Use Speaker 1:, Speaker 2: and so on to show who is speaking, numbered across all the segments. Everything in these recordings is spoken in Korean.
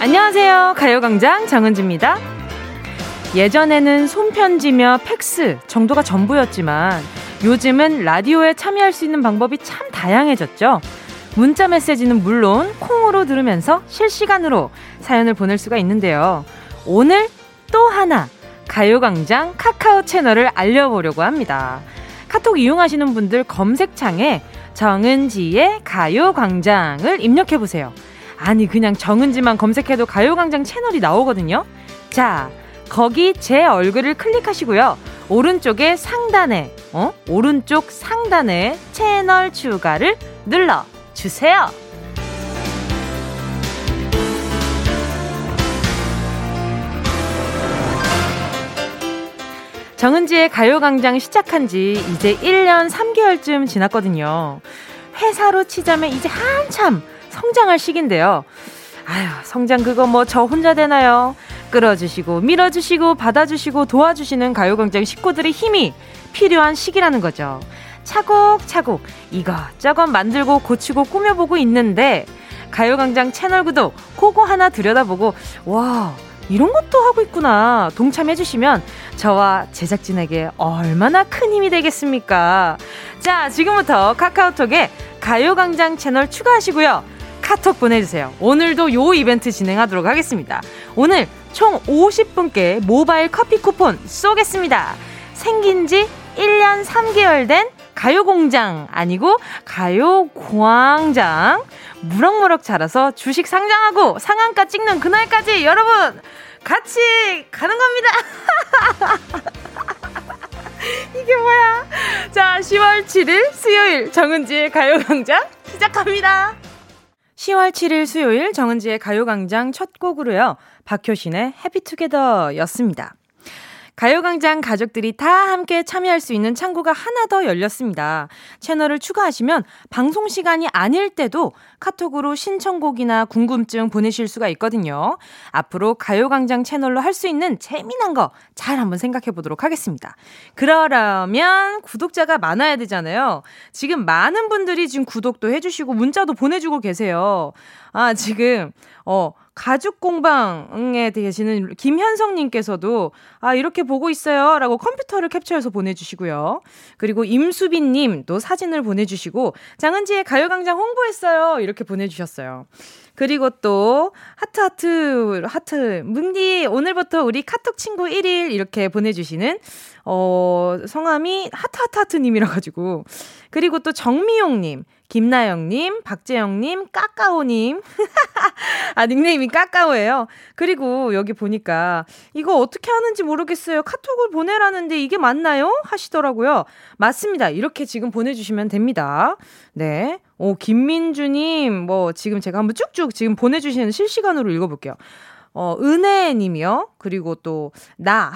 Speaker 1: 안녕하세요. 가요광장 정은지입니다. 예전에는 손편지며 팩스 정도가 전부였지만 요즘은 라디오에 참여할 수 있는 방법이 참 다양해졌죠. 문자 메시지는 물론 콩으로 들으면서 실시간으로 사연을 보낼 수가 있는데요. 오늘 또 하나 가요광장 카카오 채널을 알려보려고 합니다. 카톡 이용하시는 분들 검색창에 정은지의 가요광장을 입력해보세요. 아니, 그냥 정은지만 검색해도 가요광장 채널이 나오거든요. 자, 거기 제 얼굴을 클릭하시고요. 오른쪽에 상단에, 어? 오른쪽 상단에 채널 추가를 눌러주세요. 정은지의 가요광장 시작한 지 이제 1년 3개월쯤 지났거든요. 회사로 치자면 이제 한참 성장할 시기인데요. 아휴, 성장 그거 뭐 저 혼자 되나요? 끌어주시고, 밀어주시고, 받아주시고, 도와주시는 가요광장 식구들의 힘이 필요한 시기라는 거죠. 차곡차곡 이것저것 만들고 고치고 꾸며보고 있는데, 가요광장 채널 구독 코고 하나 들여다보고, 와, 이런 것도 하고 있구나 동참해주시면 저와 제작진에게 얼마나 큰 힘이 되겠습니까? 자, 지금부터 카카오톡에 가요광장 채널 추가하시고요. 카톡 보내주세요. 오늘도 요 이벤트 진행하도록 하겠습니다. 오늘 총 50분께 모바일 커피 쿠폰 쏘겠습니다. 생긴 지 1년 3개월 된 가요공장 아니고 가요광장 무럭무럭 자라서 주식 상장하고 상한가 찍는 그날까지 여러분 같이 가는 겁니다. 이게 뭐야? 자, 10월 7일 수요일 정은지의 가요광장 시작합니다. 10월 7일 수요일 정은지의 가요광장 첫 곡으로요. 박효신의 해피투게더였습니다. 가요광장 가족들이 다 함께 참여할 수 있는 창구가 하나 더 열렸습니다. 채널을 추가하시면 방송 시간이 아닐 때도 카톡으로 신청곡이나 궁금증 보내실 수가 있거든요. 앞으로 가요광장 채널로 할 수 있는 재미난 거 잘 한번 생각해 보도록 하겠습니다. 그러려면 구독자가 많아야 되잖아요. 지금 많은 분들이 지금 구독도 해주시고 문자도 보내주고 계세요. 아, 지금, 어, 가죽공방에 계시는 김현성님께서도 아 이렇게 보고 있어요라고 컴퓨터를 캡처해서 보내주시고요. 그리고 임수빈님도 사진을 보내주시고 장은지의 가요광장 홍보했어요 이렇게 보내주셨어요. 그리고 또 하트 하트 하트 문디 오늘부터 우리 카톡 친구 1일 이렇게 보내주시는 어 성함이 하트 하트 하트님이라 가지고 그리고 또 정미용님 김나영님, 박재영님, 까까오님. 아, 닉네임이 까까오예요. 그리고 여기 보니까 이거 어떻게 하는지 모르겠어요. 카톡을 보내라는데 이게 맞나요? 하시더라고요. 맞습니다. 이렇게 지금 보내주시면 됩니다. 네. 오, 김민주님, 뭐, 지금 제가 한번 쭉쭉 지금 보내주시는 실시간으로 읽어볼게요. 어, 은혜님이요. 그리고 또, 나.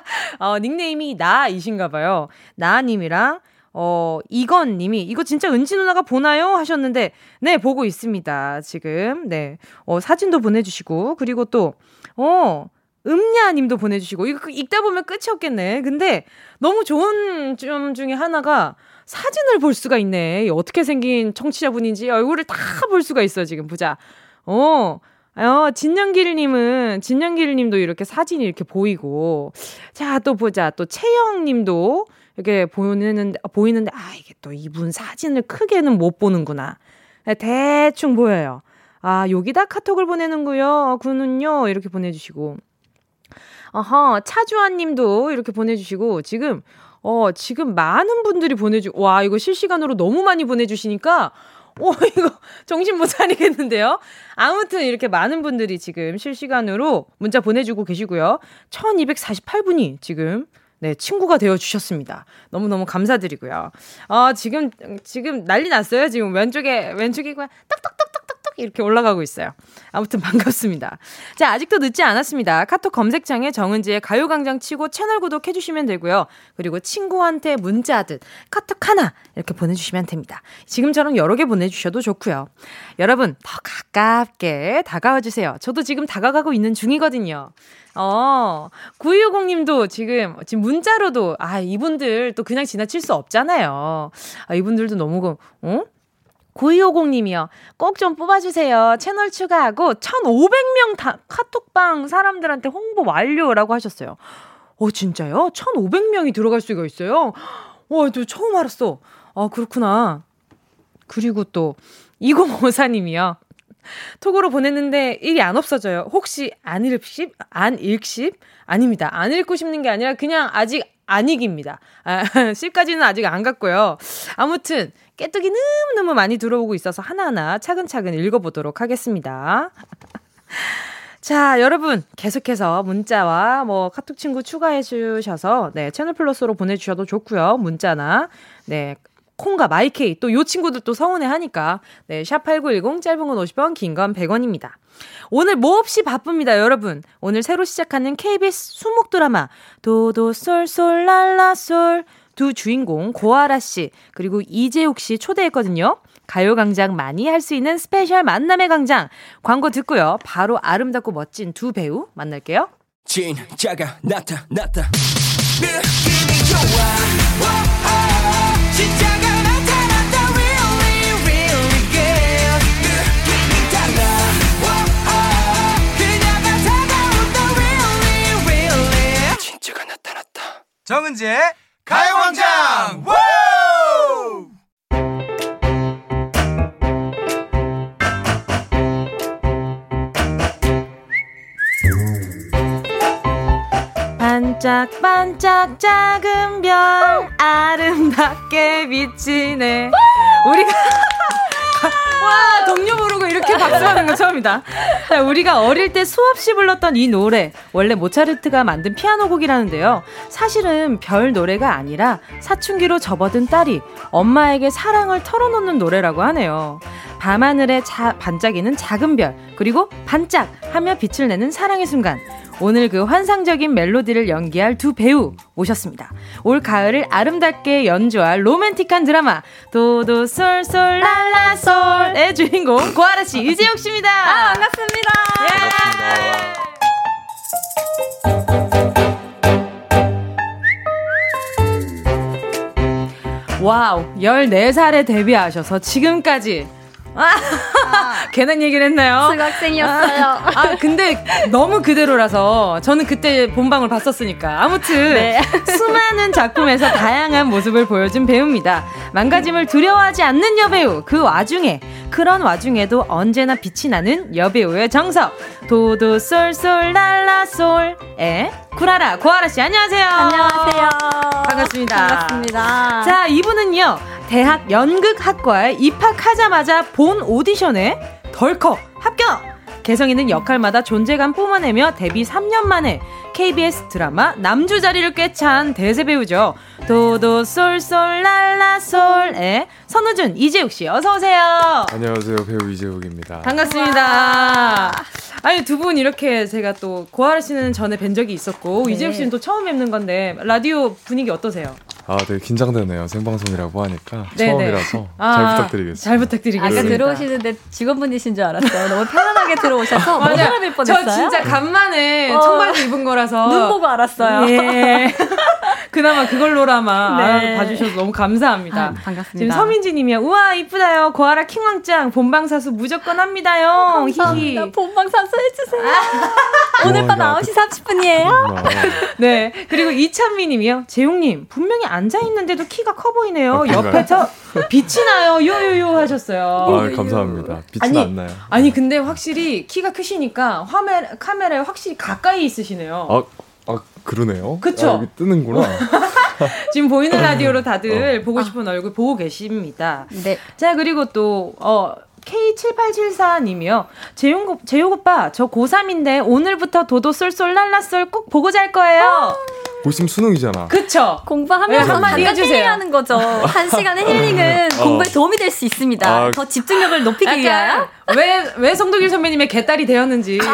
Speaker 1: 어, 닉네임이 나이신가 봐요. 나님이랑 어, 이건 님이, 이거 진짜 은지 누나가 보나요? 하셨는데, 네, 보고 있습니다. 지금, 네. 어, 사진도 보내주시고, 그리고 또, 어, 음냐 님도 보내주시고, 이거 그 읽다 보면 끝이 없겠네. 근데 너무 좋은 점 중에 하나가 사진을 볼 수가 있네. 어떻게 생긴 청취자분인지 얼굴을 다 볼 수가 있어, 지금. 보자. 어, 어, 진영길님은, 진영길님도 이렇게 사진이 이렇게 보이고, 자, 또 보자. 또 채영님도 이렇게 보이는데, 보이는데, 아, 이게 또 이분 사진을 크게는 못 보는구나. 네, 대충 보여요. 아, 여기다 카톡을 보내는구요. 군은요. 이렇게 보내주시고. 어허, 차주환 님도 이렇게 보내주시고, 지금, 어, 지금 많은 분들이 보내주, 와, 이거 실시간으로 너무 많이 보내주시니까, 오, 이거 정신 못 차리겠는데요? 아무튼 이렇게 많은 분들이 지금 실시간으로 문자 보내주고 계시고요. 1248분이 지금 네, 친구가 되어 주셨습니다. 너무너무 감사드리고요. 아, 지금, 지금 난리 났어요. 지금 왼쪽에, 왼쪽이 그냥 떡떡떡떡떡떡 이렇게 올라가고 있어요. 아무튼 반갑습니다. 자, 아직도 늦지 않았습니다. 카톡 검색창에 정은지의 가요광장 치고 채널 구독해주시면 되고요. 그리고 친구한테 문자하듯 카톡 하나 이렇게 보내주시면 됩니다. 지금처럼 여러 개 보내주셔도 좋고요. 여러분, 더 가깝게 다가와주세요. 저도 지금 다가가고 있는 중이거든요. 어, 9260님도 지금, 지금 문자로도, 아, 이분들 또 그냥 지나칠 수 없잖아요. 아, 이분들도 너무, 어? 9250님이요. 꼭 좀 뽑아주세요. 채널 추가하고 1,500명 다, 카톡방 사람들한테 홍보 완료라고 하셨어요. 어, 진짜요? 1,500명이 들어갈 수가 있어요? 와, 저 처음 알았어. 아, 그렇구나. 그리고 또, 2054님이요. 톡으로 보냈는데 일이 안 없어져요. 혹시 안 읽십? 안 읽십? 아닙니다. 안 읽고 싶는 게 아니라 그냥 아직 안 읽입니다. 아, 10까지는 아직 안 갔고요. 아무튼 깨뚝이 너무너무 많이 들어오고 있어서 하나하나 차근차근 읽어보도록 하겠습니다. 자, 여러분 계속해서 문자와 뭐 카톡 친구 추가해 주셔서 네, 채널 플러스로 보내 주셔도 좋고요. 문자나 네, 콩과 마이케이 또 요 친구들 또 서운해 하니까 네, 샵8910 짧은 건 50원, 긴 건 100원입니다. 오늘 몹시 바쁩니다, 여러분. 오늘 새로 시작하는 KBS 수목 드라마 도도 솔솔 랄라 솔두 주인공 고아라 씨 그리고 이재욱 씨 초대했거든요. 가요 강장 많이 할 수 있는 스페셜 만남의 강장 광고 듣고요. 바로 아름답고 멋진 두 배우 만날게요.
Speaker 2: 진짜가 나타났다 느낌이 좋아 워어. 진짜가 나타났다 really really good 느낌이 달라 oh, 워어. 그녀가 다가온다 really really 진짜가 나타났다
Speaker 3: 정은지의 가요광장
Speaker 1: 반짝반짝 작은 별 아름답게 비치네 우리가 와 동료 부르고 이렇게 박수하는 거 처음이다 자, 우리가 어릴 때 수없이 불렀던 이 노래 원래 모차르트가 만든 피아노 곡이라는데요 사실은 별 노래가 아니라 사춘기로 접어든 딸이 엄마에게 사랑을 털어놓는 노래라고 하네요 밤하늘에 자- 반짝이는 작은 별 그리고 반짝하며 빛을 내는 사랑의 순간 오늘 그 환상적인 멜로디를 연기할 두 배우 모셨습니다. 올 가을을 아름답게 연주할 로맨틱한 드라마 도도 솔솔 랄라솔의 주인공 고아라 씨 이재욱 씨입니다. 예. 아, 반갑습니다. 와우, 14살에 데뷔하셔서 지금까지 아, 괜한 얘기를 했나요?
Speaker 4: 수학생이었어요.
Speaker 1: 아, 근데 너무 그대로라서 저는 그때 본방을 봤었으니까. 아무튼 수많은 작품에서 다양한 모습을 보여준 배우입니다. 망가짐을 두려워하지 않는 여배우. 그 와중에 그런 와중에도 언제나 빛이 나는 여배우의 정석. 도도 쏠쏠 랄라 쏠에 구라라 고아라 씨 안녕하세요.
Speaker 4: 안녕하세요.
Speaker 1: 반갑습니다.
Speaker 4: 반갑습니다.
Speaker 1: 자, 이분은요, 대학 연극학과에 입학하자마자 본 오디션에 덜컥 합격! 개성 있는 역할마다 존재감 뿜어내며 데뷔 3년 만에 KBS 드라마 남주 자리를 꿰찬 대세 배우죠. 도도 쏠쏠 랄라 쏠의 선우준, 이재욱 씨, 어서오세요.
Speaker 5: 안녕하세요 배우 이재욱입니다.
Speaker 1: 아. 반갑습니다. 아니 두 분 이렇게 제가 또 고아라 씨는 전에 뵌 적이 있었고
Speaker 4: 네.
Speaker 1: 이재욱 씨는 또 처음 뵙는 건데 라디오 분위기 어떠세요?
Speaker 5: 아 되게 긴장되네요 생방송이라고 하니까
Speaker 1: 네네.
Speaker 5: 처음이라서
Speaker 1: 아,
Speaker 5: 잘 부탁드리겠습니다. 네.
Speaker 1: 잘 부탁드리겠습니다.
Speaker 4: 아까 들어오시는데 직원분이신 줄 알았어요. 너무 편안하게 들어오셔서 못
Speaker 1: 맞아요.
Speaker 4: 알아뵐 뻔했어요. 네.
Speaker 1: 저 진짜 간만에
Speaker 4: 어.
Speaker 1: 청바지 입은 거라서
Speaker 4: 눈 보고 알았어요.
Speaker 1: 예. 그나마 그걸로라마
Speaker 4: 네.
Speaker 1: 아, 봐주셔서 너무 감사합니다.
Speaker 4: 아, 반갑습니다.
Speaker 1: 지금 서민지님이요. 우와 이쁘다요. 고아라 킹왕짱 본방사수 무조건 합니다요. 히히.
Speaker 4: 어, 감사합니다. 아, 본방 사수 해주세요.
Speaker 1: 아.
Speaker 4: 오늘 밤
Speaker 5: 고마워요.
Speaker 4: 9시 30분이에요.
Speaker 1: 네. 그리고 이찬미님이요. 재용님 분명히 앉아 있는데도 키가 커 보이네요.
Speaker 5: 아, 그런가요?
Speaker 1: 옆에서 빛이 나요. 요요요 하셨어요. 예.
Speaker 5: 아 감사합니다. 빛이
Speaker 1: 아니,
Speaker 5: 났나요?
Speaker 1: 아니 근데 확실히 키가 크시니까 화면 카메라에 확실히 가까이 있으시네요.
Speaker 5: 아, 아 그러네요.
Speaker 1: 그쵸?
Speaker 5: 아, 여기 뜨는구나.
Speaker 1: 지금 보이는 라디오로 다들 보고 싶은 얼굴 보고 계십니다.
Speaker 4: 네.
Speaker 1: 자, 그리고 또, 어, K7874님이요. 재용, 재용 오빠, 저 고3인데 오늘부터 도도 쏠쏠 랄라쏠 꼭 보고 잘 거예요.
Speaker 5: 보시면 수능이잖아.
Speaker 1: 그쵸? 네,
Speaker 4: 공부하면서
Speaker 1: 한마디
Speaker 4: 잠깐
Speaker 1: 해주세요. 어.
Speaker 4: 힐링하는 거죠. 한 시간의 힐링은
Speaker 1: 음.
Speaker 5: 어.
Speaker 4: 공부에 도움이 될 수 있습니다.
Speaker 5: 아.
Speaker 4: 더 집중력을 높이기 위하여.
Speaker 1: 약간 왜, 왜 성동일 선배님의 개딸이 되었는지 너무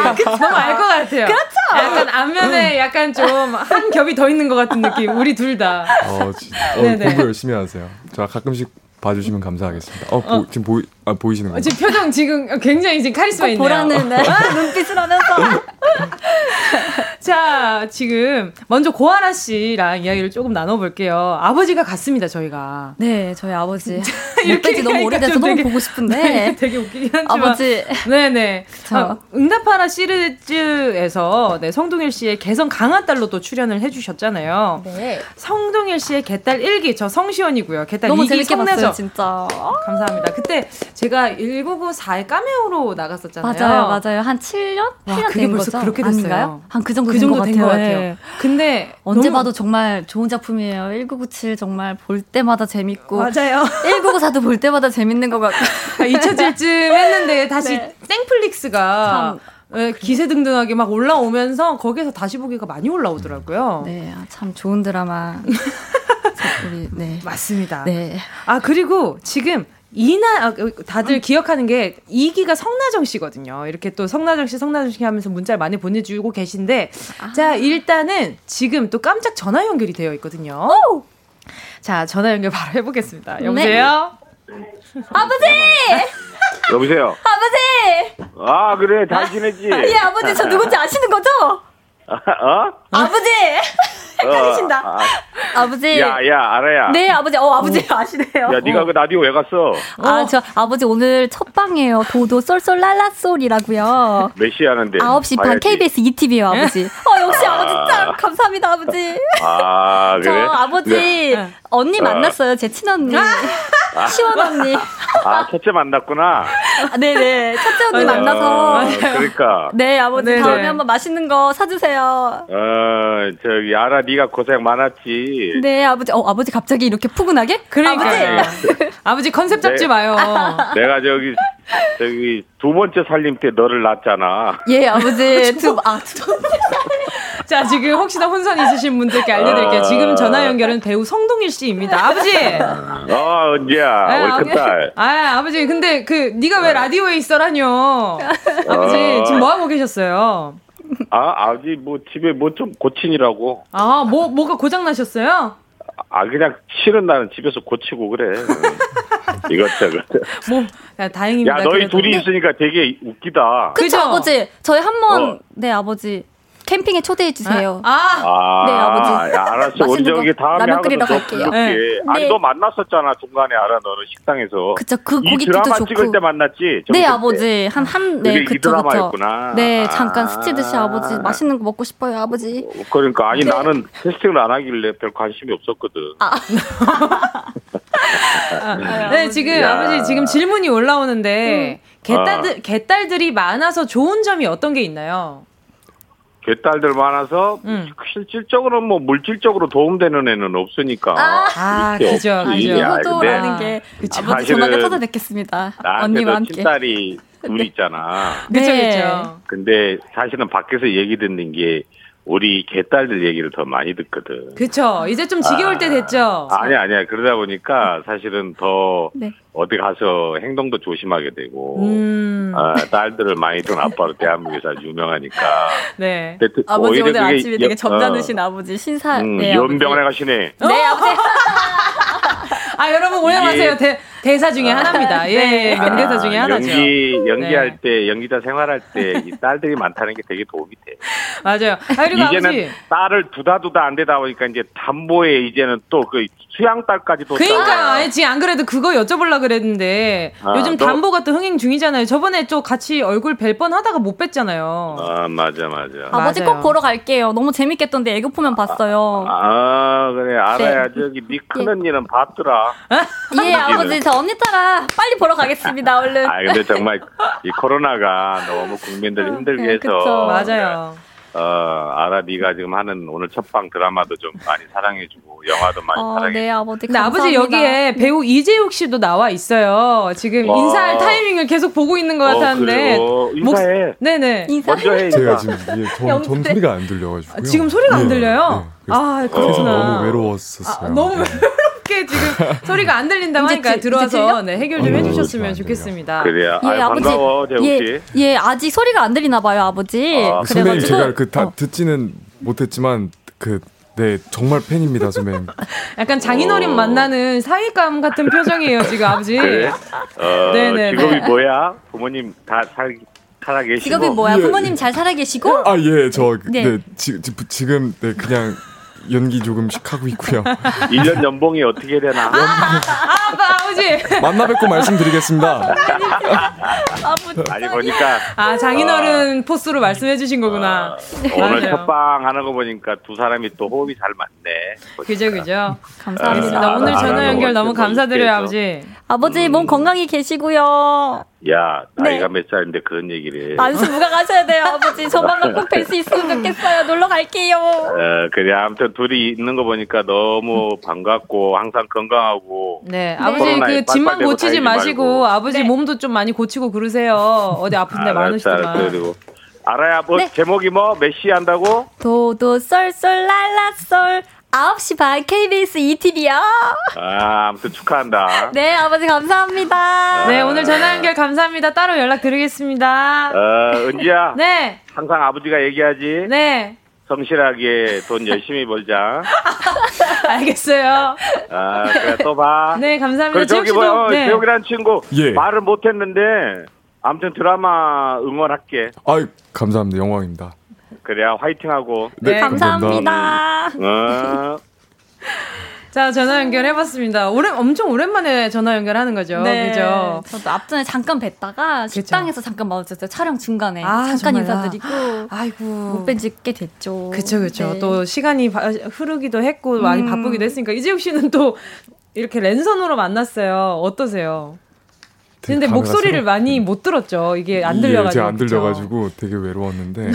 Speaker 1: 알 것 같아요. 아, 그렇죠. 음. 약간 안면에 약간 좀 한 겹이 더 있는 것 같은 느낌. 우리 둘 다.
Speaker 5: 어, 진- 어,
Speaker 1: 네네.
Speaker 5: 공부 열심히 하세요. 저 가끔씩 봐주시면 감사하겠습니다. 어, 보- 지금 보이 아 보이시는
Speaker 1: 어,
Speaker 5: 거예요?
Speaker 1: 지금 표정 어. 지금 굉장히 지금 카리스마 있네요.
Speaker 4: 보라는 네. 눈빛을 하면서
Speaker 1: 자, 지금 먼저 고하나 씨랑 이야기를 조금 나눠볼게요. 아버지가 갔습니다, 저희가.
Speaker 4: 네, 저희 아버지. 못
Speaker 1: 이렇게
Speaker 4: 뵌지 너무
Speaker 1: 얘기하니까
Speaker 4: 오래돼서
Speaker 1: 좀
Speaker 4: 너무
Speaker 1: 되게-
Speaker 4: 보고 싶은데.
Speaker 1: 네, 되게 웃기긴 하지만.
Speaker 4: 네. 아버지.
Speaker 1: 네네.
Speaker 4: 저.
Speaker 1: 아, 응답하라 시리즈에서 네, 성동일 씨의 개성 강한 딸로 또 출연을 해주셨잖아요.
Speaker 4: 네.
Speaker 1: 성동일 씨의 개딸 1기, 저 성시원이고요. 개딸
Speaker 4: 너무
Speaker 1: 2기
Speaker 4: 재밌게 봤어요,
Speaker 1: 성내죠.
Speaker 4: 진짜.
Speaker 1: 감사합니다. 그때 제가 1994에 까메오로 나갔었잖아요.
Speaker 4: 맞아요, 맞아요. 한 7년?
Speaker 1: 와,
Speaker 4: 8년
Speaker 1: 그게
Speaker 4: 된
Speaker 1: 벌써
Speaker 4: 거죠?
Speaker 1: 그렇게 됐어요.
Speaker 4: 아닌가요? 한 그 정도
Speaker 1: 그
Speaker 4: 된 것
Speaker 1: 정도
Speaker 4: 같아요.
Speaker 1: 된 것
Speaker 4: 예.
Speaker 1: 같아요. 근데
Speaker 4: 언제
Speaker 1: 너무-
Speaker 4: 봐도 정말 좋은 작품이에요. 1997 정말 볼 때마다 재밌고
Speaker 1: 맞아요.
Speaker 4: 1994도 볼 때마다 재밌는 것 같고
Speaker 1: 2차질쯤 아, 했는데 다시
Speaker 4: 네.
Speaker 1: 땡플릭스가 예, 기세등등하게 막 올라오면서 거기에서 다시 보기가 많이 올라오더라고요.
Speaker 4: 네, 아, 참 좋은 드라마 우리 네.
Speaker 1: 맞습니다.
Speaker 4: 네.
Speaker 1: 아 그리고 지금 이나 아,
Speaker 4: 음.
Speaker 1: 다들 기억하는 게 2기가 성나정 씨거든요. 이렇게 또 성나정 씨, 성나정 씨 하면서 문자를 많이 보내주고 계신데
Speaker 4: 아.
Speaker 1: 자 일단은 지금 또 깜짝 전화 연결이 되어 있거든요. 자 전화 연결 바로 해보겠습니다. 여보세요.
Speaker 4: 네. 아버지!
Speaker 6: 여보세요.
Speaker 4: 아버지!
Speaker 6: 아 그래 잘 지냈지?
Speaker 4: 예, 아버지 저 누군지 아시는 거죠?
Speaker 6: 어?
Speaker 4: 아버지! 헷갈리신다.
Speaker 6: 어, 아,
Speaker 4: 아버지.
Speaker 6: 야야 알아야.
Speaker 4: 네, 아버지. 어, 아버지 아시네요.
Speaker 6: 야 네가 그 라디오 왜 갔어?
Speaker 4: 아, 저 아버지 오늘 첫 방이에요. 도도 쏠쏠 랄라쏠이라고요.
Speaker 6: 몇 시 하는데?
Speaker 4: 9시 반
Speaker 6: 봐야지.
Speaker 4: KBS 2TV요, 아버지. 어, 역시 아버지 참 감사합니다, 아버지.
Speaker 6: 아
Speaker 4: 저
Speaker 6: 그래?
Speaker 4: 아버지
Speaker 6: 네.
Speaker 4: 언니 만났어요. 제 친언니. 시원 언니.
Speaker 6: 아 첫째 만났구나.
Speaker 4: 아, 네네. 첫째 언니
Speaker 1: 맞아요.
Speaker 6: 어,
Speaker 4: 만나서.
Speaker 6: 그러니까.
Speaker 4: 네, 아버지
Speaker 1: 네네.
Speaker 4: 다음에 한번 맛있는 거 사주세요.
Speaker 6: 어 저기 알아 네가 고생 많았지.
Speaker 4: 네, 아버지. 어, 아버지 갑자기 이렇게 푸근하게?
Speaker 1: 그러니까요.
Speaker 4: 아버지.
Speaker 1: 아버지 컨셉 잡지
Speaker 6: 네.
Speaker 1: 마요.
Speaker 6: 내가 저기 저기 두 번째 살림 때 너를 낳았잖아.
Speaker 4: 예, 아버지. 두, 아, 두.
Speaker 1: 자, 지금 혹시나 혼선 있으신 분들께 알려드릴게요.
Speaker 6: 아.
Speaker 1: 지금 전화 연결은 배우 성동일 씨입니다. 아버지!
Speaker 6: 어 언제야?
Speaker 1: 아,
Speaker 6: 우리 큰딸.
Speaker 1: 아, 아버지, 근데 그, 네가 왜 라디오에 있어라뇨? 아버지,
Speaker 6: 아.
Speaker 1: 지금 뭐하고 계셨어요?
Speaker 6: 아 아버지 뭐 집에 뭐 좀 고친이라고.
Speaker 1: 아, 뭐, 뭐가 고장나셨어요?
Speaker 6: 아 그냥 실은 나는 집에서 고치고 그래 이것저것
Speaker 1: 뭐, 야, 다행입니다.
Speaker 6: 야 너희
Speaker 1: 그래도.
Speaker 6: 둘이 있으니까 되게 웃기다
Speaker 4: 그쵸,
Speaker 1: 그죠?
Speaker 4: 아버지. 저희 한 번,
Speaker 6: 어.
Speaker 4: 네, 아버지. 캠핑에 초대해주세요.
Speaker 1: 아,
Speaker 6: 아,
Speaker 4: 네, 아버지.
Speaker 6: 야, 알았어 우리
Speaker 4: 맛있는
Speaker 6: 저기
Speaker 4: 거
Speaker 6: 다음에
Speaker 4: 라면
Speaker 6: 하고
Speaker 4: 끓이러
Speaker 6: 또
Speaker 4: 갈게요.
Speaker 6: 부를게.
Speaker 1: 네.
Speaker 6: 아니
Speaker 4: 네.
Speaker 6: 너 만났었잖아 중간에 알아 너는 식당에서
Speaker 4: 그쵸, 그
Speaker 6: 이
Speaker 4: 고깃집도
Speaker 6: 드라마
Speaker 4: 좋고.
Speaker 6: 찍을 때 만났지
Speaker 4: 네,
Speaker 6: 정식 때.
Speaker 4: 아버지. 한, 한,
Speaker 6: 그게
Speaker 4: 네,
Speaker 6: 이
Speaker 4: 그쵸, 그쵸.
Speaker 6: 드라마였구나.
Speaker 4: 네,
Speaker 6: 아.
Speaker 4: 잠깐 스치듯이 아버지. 맛있는 거 먹고 싶어요, 아버지.
Speaker 6: 그러니까 아니
Speaker 4: 네. 아.
Speaker 6: 나는 테스팅을 안 하길래 별 관심이 없었거든
Speaker 1: 네, 지금,
Speaker 6: 아.
Speaker 1: 음.
Speaker 6: 야. 아.
Speaker 1: 아버지, 지금 질문이 올라오는데, 개딸들, 개딸들이 많아서 좋은 점이 어떤 게 있나요?
Speaker 6: 개딸들 많아서
Speaker 1: 음.
Speaker 6: 실질적으로 뭐 물질적으로 도움되는 애는 없으니까
Speaker 1: 아,
Speaker 6: 이게
Speaker 1: 그죠,
Speaker 6: 없지.
Speaker 1: 그죠.
Speaker 6: 야, 근데
Speaker 4: 효도라는 게.
Speaker 1: 그쵸.
Speaker 4: 아버지
Speaker 6: 사실은
Speaker 4: 전화가 찾아뵙겠습니다. 언니와
Speaker 6: 나한테도
Speaker 4: 함께.
Speaker 6: 친딸이 둘 있잖아.
Speaker 1: 그죠,
Speaker 4: 네.
Speaker 1: 그죠.
Speaker 6: 근데 사실은 밖에서 얘기 듣는 게 우리 개딸들 얘기를 더 많이 듣거든.
Speaker 1: 그쵸. 이제 좀 지겨울 때 됐죠?
Speaker 6: 아니야, 아니야. 그러다 보니까 사실은 더
Speaker 4: 네.
Speaker 6: 어디 가서 행동도 조심하게 되고,
Speaker 1: 음,
Speaker 6: 아, 딸들을 많이 둔 아빠로 대한민국에서 아주 유명하니까.
Speaker 1: 네.
Speaker 6: 근데 또
Speaker 4: 아버지
Speaker 6: 오히려
Speaker 4: 오늘
Speaker 6: 그게
Speaker 4: 아침에 되게
Speaker 6: 여-
Speaker 4: 점잖으신 아버지 신사.
Speaker 6: 어, 음,
Speaker 4: 네, 아버지.
Speaker 6: 연병원에 가시네.
Speaker 4: 네, 아버지.
Speaker 1: 아 여러분 오해 마세요. 대, 대사 중에 하나입니다. 예, 명대사 중에
Speaker 6: 아,
Speaker 1: 하나죠.
Speaker 6: 연기, 연기할
Speaker 1: 네.
Speaker 6: 때, 연기자 생활할 때 이 딸들이 많다는 게 되게 도움이 돼.
Speaker 1: 맞아요. 아, 그리고
Speaker 6: 이제는
Speaker 1: 아버지.
Speaker 6: 딸을 두다두다 안 되다 보니까 이제 담보에 이제는 또 그 수양딸까지도
Speaker 1: 그러니까요.
Speaker 6: 따-
Speaker 1: 아니, 지금 안 그래도 그거 여쭤보려 그랬는데
Speaker 6: 아,
Speaker 1: 요즘
Speaker 6: 너-
Speaker 1: 담보가 또 흥행 중이잖아요. 저번에 또 같이 얼굴 뵐 뻔 하다가 못 뵀잖아요.
Speaker 6: 아 맞아 맞아
Speaker 1: 아,
Speaker 6: 아,
Speaker 4: 아버지
Speaker 1: 맞아요.
Speaker 4: 꼭 보러 갈게요. 너무 재밌겠던데 애교포면 봤어요.
Speaker 6: 아, 그래 알아야 저기 네 큰언니는 봤더라
Speaker 4: 예, 아버지 저 언니 따라 빨리 보러 가겠습니다. 얼른.
Speaker 6: 아 근데 정말 이 코로나가 너무 국민들 힘들게
Speaker 4: 네,
Speaker 6: 해서
Speaker 4: 그쵸.
Speaker 1: 맞아요.
Speaker 6: 어 알아 네가 지금 하는 오늘 첫방 드라마도 좀 많이 사랑해주고 영화도 많이
Speaker 4: 어,
Speaker 6: 사랑해
Speaker 4: 네,
Speaker 6: 주
Speaker 4: 아버지.
Speaker 1: 근데
Speaker 4: 감사합니다. 네.
Speaker 1: 아버지 여기에 배우 이재욱 씨도 나와 있어요. 지금
Speaker 6: 와.
Speaker 1: 인사할 타이밍을 계속 보고 있는 것
Speaker 6: 어,
Speaker 1: 같았는데.
Speaker 6: 그래요.
Speaker 1: 목-
Speaker 6: 인사해.
Speaker 1: 네네.
Speaker 4: 인사.
Speaker 6: 먼저 해 인사.
Speaker 5: 제가 지금 이게 전, 전
Speaker 4: 영대.
Speaker 5: 소리가 안 예, 들려가지고
Speaker 1: 아, 지금 소리가
Speaker 5: 네.
Speaker 1: 안 들려요? 아, 그렇구나.
Speaker 5: 너무 외로웠었어요.
Speaker 1: 아, 너무
Speaker 5: 네.
Speaker 1: 외롭게 지금 소리가 안
Speaker 4: 이제
Speaker 1: 들린다고 하니까
Speaker 4: 들- 이제
Speaker 1: 들어와서
Speaker 4: 들려?
Speaker 1: 네, 해결 좀
Speaker 5: 어,
Speaker 1: 해주셨으면
Speaker 5: 이제 안 들려.
Speaker 1: 좋겠습니다.
Speaker 6: 그래요
Speaker 4: 예,
Speaker 6: 아유,
Speaker 4: 아버지.
Speaker 6: 반가워 재욱 씨
Speaker 4: 예, 예, 아직 소리가 안 들리나 봐요, 아버지.
Speaker 6: 아,
Speaker 5: 선배님
Speaker 4: 그래가지고-
Speaker 5: 제가 그 다
Speaker 4: 어.
Speaker 5: 듣지는 못했지만 그 네 정말 팬입니다 선배님.
Speaker 1: 약간 장인어른
Speaker 6: 어.
Speaker 1: 만나는 사위감 같은 표정이에요 지금 아버지.
Speaker 6: 그래? 어,
Speaker 1: 네네네.
Speaker 6: 직업이 뭐야? 부모님 다 살, 살아계시고
Speaker 4: 직업이 뭐야?
Speaker 5: 예.
Speaker 4: 부모님 잘 살아계시고
Speaker 5: 아, 예, 저, 그,
Speaker 4: 네.
Speaker 5: 네, 지, 지, 지금, 네, 그냥 연기 조금씩 하고 있고요.
Speaker 6: 1년 연봉이 어떻게 되나
Speaker 1: 아빠 아버지.
Speaker 5: 만나 뵙고 말씀드리겠습니다.
Speaker 1: 예.
Speaker 6: 아니 보니까
Speaker 1: 아 장인어른 포스로 말씀해주신 거구나.
Speaker 6: 어,
Speaker 1: 네.
Speaker 6: 오늘
Speaker 1: 맞아요.
Speaker 6: 첫방 하는 거 보니까 두 사람이 또 호흡이 잘 맞네.
Speaker 1: 그죠 그죠.
Speaker 4: 감사합니다.
Speaker 1: 알겠습니다. 오늘
Speaker 6: 아,
Speaker 1: 전화
Speaker 6: 아,
Speaker 1: 연결
Speaker 6: 아,
Speaker 1: 너무
Speaker 6: 아,
Speaker 1: 감사드려요
Speaker 6: 아,
Speaker 1: 아버지.
Speaker 4: 아버지 몸 건강히 계시고요.
Speaker 1: 예.
Speaker 6: 야
Speaker 1: 네.
Speaker 6: 나이가 몇 살인데 그런 얘기를.
Speaker 1: 아,
Speaker 6: 어, 해.
Speaker 4: 안수 무강하셔야 돼요, 아버지. 저만만 꼭 뵐 수 있으면 좋겠어요. 놀러 갈게요.
Speaker 6: 어, 그래 아무튼 둘이 있는 거 보니까 너무 반갑고 항상 건강하고
Speaker 1: 음. 네 아버지
Speaker 6: 코로나에
Speaker 1: 그 집만
Speaker 6: 빨빨대고
Speaker 1: 고치지
Speaker 6: 다니지
Speaker 1: 마시고
Speaker 6: 말고.
Speaker 4: 네.
Speaker 1: 아버지 몸도 좀 많이 고치고 그러세요. 어디 아픈데 많으시지만.
Speaker 6: 그리고 알아야 뭐
Speaker 4: 네.
Speaker 6: 제목이 뭐 몇 시 한다고?
Speaker 4: 도도 썰썰 랄라썰 9시 반 KBS ETV요.
Speaker 6: 아 아무튼 축하한다.
Speaker 4: 네, 아버지 감사합니다.
Speaker 1: 네 오늘 전화 연결 감사합니다. 따로 연락 드리겠습니다.
Speaker 6: 어 은지야
Speaker 1: 네
Speaker 6: 항상 아버지가 얘기하지
Speaker 1: 네.
Speaker 6: 성실하게 돈 열심히 벌자.
Speaker 1: 알겠어요.
Speaker 6: 아 그래 또봐
Speaker 1: 네, 감사합니다.
Speaker 6: 그리고
Speaker 1: 지영
Speaker 6: 저기
Speaker 1: 씨도
Speaker 6: 뭐요
Speaker 1: 네.
Speaker 6: 재욱이라는 친구
Speaker 5: 예.
Speaker 6: 말을 못했는데 아무튼 드라마 응원할게
Speaker 5: 아이, 감사합니다. 영광입니다.
Speaker 6: 그래야 화이팅하고
Speaker 1: 네.
Speaker 4: 감사합니다.
Speaker 6: 어.
Speaker 1: 자, 전화 연결해 봤습니다. 오랜 엄청 오랜만에 전화 연결하는 거죠. 그죠?
Speaker 4: 네. 저도 앞전에 잠깐 뵀다가 식당에서 잠깐 마주쳤어요. 촬영 중간에
Speaker 1: 아,
Speaker 4: 잠깐
Speaker 1: 정말요?
Speaker 4: 인사드리고
Speaker 1: 아이고.
Speaker 4: 못뵌지꽤 됐죠.
Speaker 1: 그쵸, 그쵸.
Speaker 4: 네.
Speaker 1: 또 시간이 바- 흐르기도 했고, 많이 바쁘기도 했으니까, 이재욱 씨는 또 이렇게 랜선으로 만났어요. 어떠세요?
Speaker 5: 되게
Speaker 1: 근데
Speaker 5: 카메라
Speaker 1: 목소리를
Speaker 5: 새로-
Speaker 1: 많이 못 들었죠. 이게 안 들려가지고.
Speaker 5: 예, 제가 안
Speaker 1: 그쵸? 네,
Speaker 5: 들려가지고 되게 외로웠는데.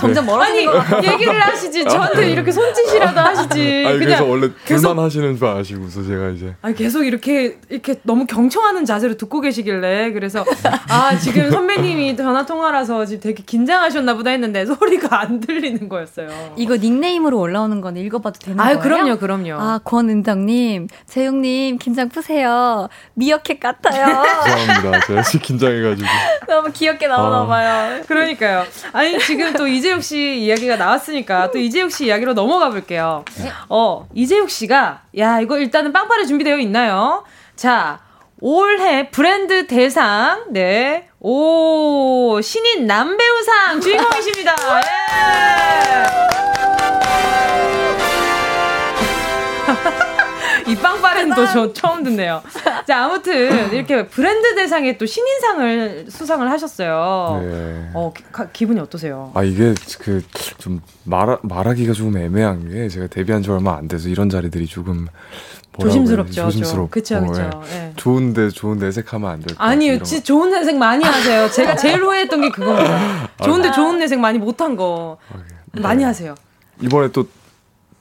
Speaker 4: 점점 멀어지는
Speaker 1: 아니,
Speaker 4: 것 같아요.
Speaker 1: 얘기를 하시지. 저한테 이렇게 손짓이라도 하시지.
Speaker 5: 아니, 그래서
Speaker 1: 그냥.
Speaker 5: 원래
Speaker 1: 계속-
Speaker 5: 둘만 하시는 줄 아시고서 제가 이제.
Speaker 1: 아니 계속 이렇게 이렇게 너무 경청하는 자세로 듣고 계시길래 그래서 아 지금 선배님이 전화 통화라서 지금 되게 긴장하셨나 보다 했는데 소리가 안 들리는 거였어요.
Speaker 4: 이거 닉네임으로 올라오는 건 읽어봐도 되는
Speaker 1: 아유
Speaker 4: 거예요?
Speaker 1: 그럼요 그럼요.
Speaker 4: 아, 권은정님, 재용님, 긴장 푸세요. 미어캣 같아요.
Speaker 5: 죄송합니다. 제가 지금 긴장해가지고.
Speaker 4: 너무 귀엽게
Speaker 5: 아,
Speaker 4: 나오나봐요.
Speaker 1: 그러니까요. 아니 지금 또 이재욱 씨 이야기가 나왔으니까 또 이재욱 씨 이야기로 넘어가 볼게요. 어 이재욱 씨가 야 이거 일단은 빵빠레 준비되어 있나요? 자 올해 브랜드 대상 네. 네오 신인 남배우상 주인공이십니다. 예. 이 빵빠레는 또 저 처음 듣네요. 자, 아무튼, 이렇게 브랜드 대상에 또 신인상을 수상을 하셨어요.
Speaker 5: 네.
Speaker 1: 어, 기, 가- 기분이 어떠세요?
Speaker 5: 아 이게 그 좀 말 말하기가 좀 애매한 게 제가 데뷔한 지 얼마 안 돼서 이런 자리들이 조금 뭐라고
Speaker 1: 조심스럽죠.
Speaker 5: 해야 되지? 조심스럽고
Speaker 1: 그쵸, 그쵸.
Speaker 5: 예.
Speaker 1: 예.
Speaker 5: 좋은데 좋은 내색하면 안 될 것 같아요.
Speaker 1: 아니요,
Speaker 5: 이런
Speaker 1: 진짜 좋은 내색 많이 하세요. 제가 제일 후회했던 게 그겁니다. 좋은데 좋은 내색 많이 못한 거.
Speaker 5: 거. 예.
Speaker 1: 많이
Speaker 5: 아, 네.
Speaker 1: 하세요.
Speaker 5: 이번에 또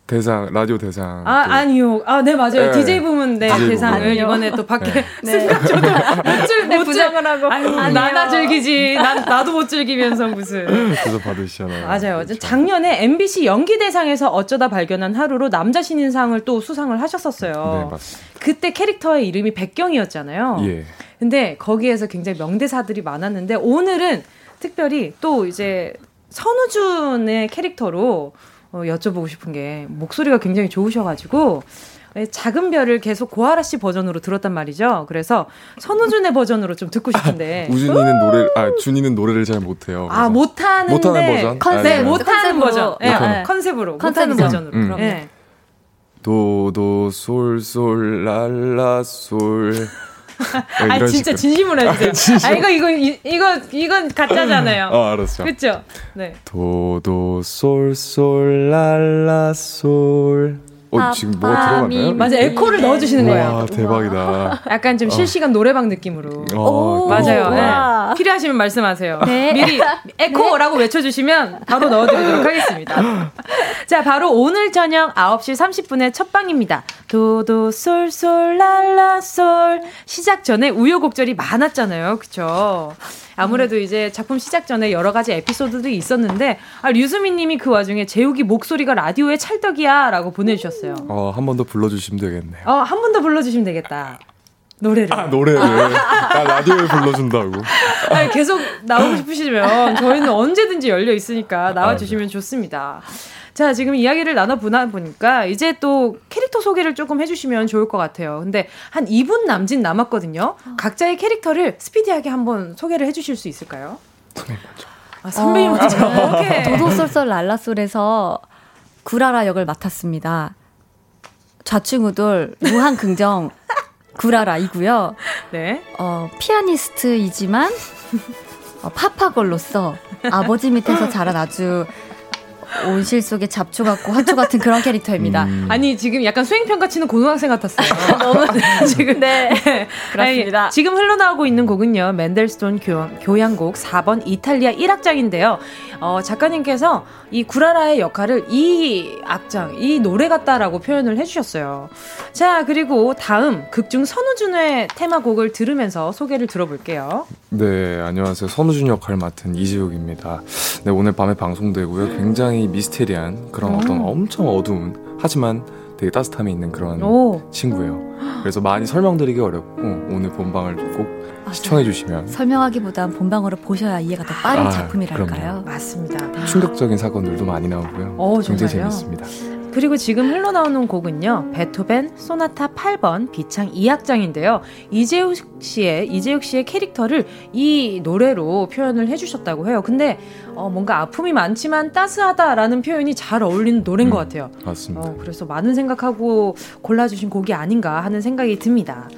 Speaker 5: 대상 라디오 대상
Speaker 1: 아,
Speaker 5: 또
Speaker 1: 아니요. 아, 네, 맞아요.
Speaker 5: 예.
Speaker 1: DJ 부문 네,
Speaker 5: DJ
Speaker 1: 대상을
Speaker 5: 부문. 네.
Speaker 1: 이번에 또 밖에 순간 저도 못 즐, 못 즐,
Speaker 4: 네, 부정을 하고.
Speaker 1: 아유,
Speaker 4: 아니요.
Speaker 1: 나나 즐기지. 난, 나도 못 즐기면서 무슨.
Speaker 5: 그래서 받으시잖아요.
Speaker 1: 맞아요.
Speaker 5: 그렇죠.
Speaker 1: 작년에 MBC 연기 대상에서 어쩌다 발견한 하루로 남자 신인상을 또 수상을 하셨었어요.
Speaker 5: 네 맞습니다.
Speaker 1: 그때 캐릭터의 이름이 백경이었잖아요.
Speaker 5: 예.
Speaker 1: 근데 거기에서 굉장히 명대사들이 많았는데 오늘은 특별히 또 이제 선우준의 캐릭터로 어, 여쭤보고 싶은 게 목소리가 굉장히 좋으셔가지고 왜 작은 별을 계속 고아라 씨 버전으로 들었단 말이죠. 그래서 선우준의 버전으로 좀 듣고 싶은데
Speaker 5: 우준이는 노래 아 준이는 노래를 잘 못해요.
Speaker 1: 아
Speaker 5: 그래서.
Speaker 1: 못하는데
Speaker 5: 못하는 버전?
Speaker 1: 컨셉
Speaker 5: 아, 네.
Speaker 1: 못하는
Speaker 4: 컨셉으로.
Speaker 1: 버전 예,
Speaker 5: 못하는.
Speaker 1: 예, 컨셉으로 못하는
Speaker 4: 컨셉으로.
Speaker 1: 버전으로
Speaker 5: 음.
Speaker 1: 그럼 예.
Speaker 5: 도도 솔솔 랄라 솔. 네,
Speaker 1: 아 진짜 진심으로 해주세요. 아,
Speaker 5: 진심.
Speaker 1: 이거 이거 이- 이거 이건 가짜잖아요.
Speaker 5: 아 알았어. 요
Speaker 1: 그렇죠? 네.
Speaker 5: 도도 솔솔 랄라 솔. 어
Speaker 4: 아,
Speaker 5: 지금 뭐 들어갔나요?
Speaker 4: 밤이
Speaker 1: 맞아 에코를 넣어주시는
Speaker 5: 와
Speaker 1: 거예요.
Speaker 5: 대박이다.
Speaker 1: 약간 좀 실시간 노래방 느낌으로.
Speaker 5: 어,
Speaker 1: 맞아요.
Speaker 4: 우와.
Speaker 1: 네. 필요하시면 말씀하세요.
Speaker 4: 네.
Speaker 1: 미리 에코라고 외쳐주시면 바로 넣어드리도록 하겠습니다. 자, 바로 오늘 저녁 9시 30분에 첫 방입니다. 도도 솔솔 랄라솔 시작 전에 우여곡절이 많았잖아요. 그쵸?
Speaker 4: 음.
Speaker 1: 아무래도 이제 작품 시작 전에 여러 가지 에피소드들이 있었는데 아, 류수민 님이 그 와중에 재욱이 목소리가 라디오의 찰떡이야 라고 보내주셨어요.
Speaker 5: 어, 한 번 더 불러주시면 되겠네요.
Speaker 1: 어, 한 번 더 불러주시면 되겠다. 노래를.
Speaker 5: 아, 노래를. 아, 라디오에 불러준다고.
Speaker 1: 아니, 계속 나오고 싶으시면 저희는 언제든지 열려 있으니까
Speaker 5: 아, 네.
Speaker 1: 나와주시면 좋습니다. 자, 지금 이야기를 나눠보나 보니까 이제 또 캐릭터 소개를 조금 해주시면 좋을 것 같아요. 근데 한 2분 남짓 남았거든요. 각자의 캐릭터를 스피디하게 한번 소개를 해주실 수 있을까요?
Speaker 5: 선배님 먼저.
Speaker 1: 아, 선배님
Speaker 4: 어,
Speaker 1: 먼저.
Speaker 4: 저는
Speaker 1: 오케이.
Speaker 4: 도도쏠쏠 랄라쏠에서 구라라 역을 맡았습니다. 좌충우돌 무한긍정 구라라이고요.
Speaker 1: 네.
Speaker 4: 어, 피아니스트이지만 어, 파파걸로서 아버지 밑에서 자란 아주 온실 속의 잡초 같고 화초 같은 그런 캐릭터입니다.
Speaker 5: 음.
Speaker 1: 아니 지금 약간 수행평가 치는 고등학생 같았어요. 아, 너무 지금
Speaker 4: 네.
Speaker 1: 그렇습니다. 지금 흘러나오고 있는 곡은요. 맨델스톤 교향, 곡 4번 이탈리아 1악장인데요. 어, 작가님께서 이 구라라의 역할을 이 악장, 이 노래 같다라고 표현을 해주셨어요. 자 그리고 다음 극중 선우준의 테마곡을 들으면서 소개를 들어볼게요.
Speaker 5: 네, 안녕하세요. 선우준 역할 맡은 이재욱입니다. 네, 오늘 밤에 방송되고요. 굉장히 미스테리한 그런 어떤
Speaker 1: 음.
Speaker 5: 엄청 어두운 하지만 되게 따뜻함이 있는 그런
Speaker 1: 오.
Speaker 5: 친구예요. 그래서 많이 설명드리기 어렵고 오늘 본방을
Speaker 1: 아, 네.
Speaker 5: 꼭 시청해 주시면
Speaker 4: 아, 설명하기보단 본방으로 보셔야 이해가 더 빠른
Speaker 5: 아,
Speaker 4: 작품이랄까요.
Speaker 1: 맞습니다.
Speaker 5: 충격적인 사건들도 많이 나오고요.
Speaker 1: 어,
Speaker 5: 굉장히
Speaker 1: 정말요?
Speaker 5: 재밌습니다.
Speaker 1: 그리고 지금 흘러나오는 곡은요. 베토벤 소나타 8번 비창 2악장인데요. 이재욱 씨의 이재욱 씨의 캐릭터를 이 노래로 표현을 해 주셨다고 해요. 근데 어, 뭔가 아픔이 많지만 따스하다라는 표현이 잘 어울리는 노래인
Speaker 5: 음.
Speaker 1: 것 같아요.
Speaker 5: 맞습니다.
Speaker 1: 어, 그래서 많은 생각하고 골라주신 곡이 아닌가 하는 생각이 듭니다.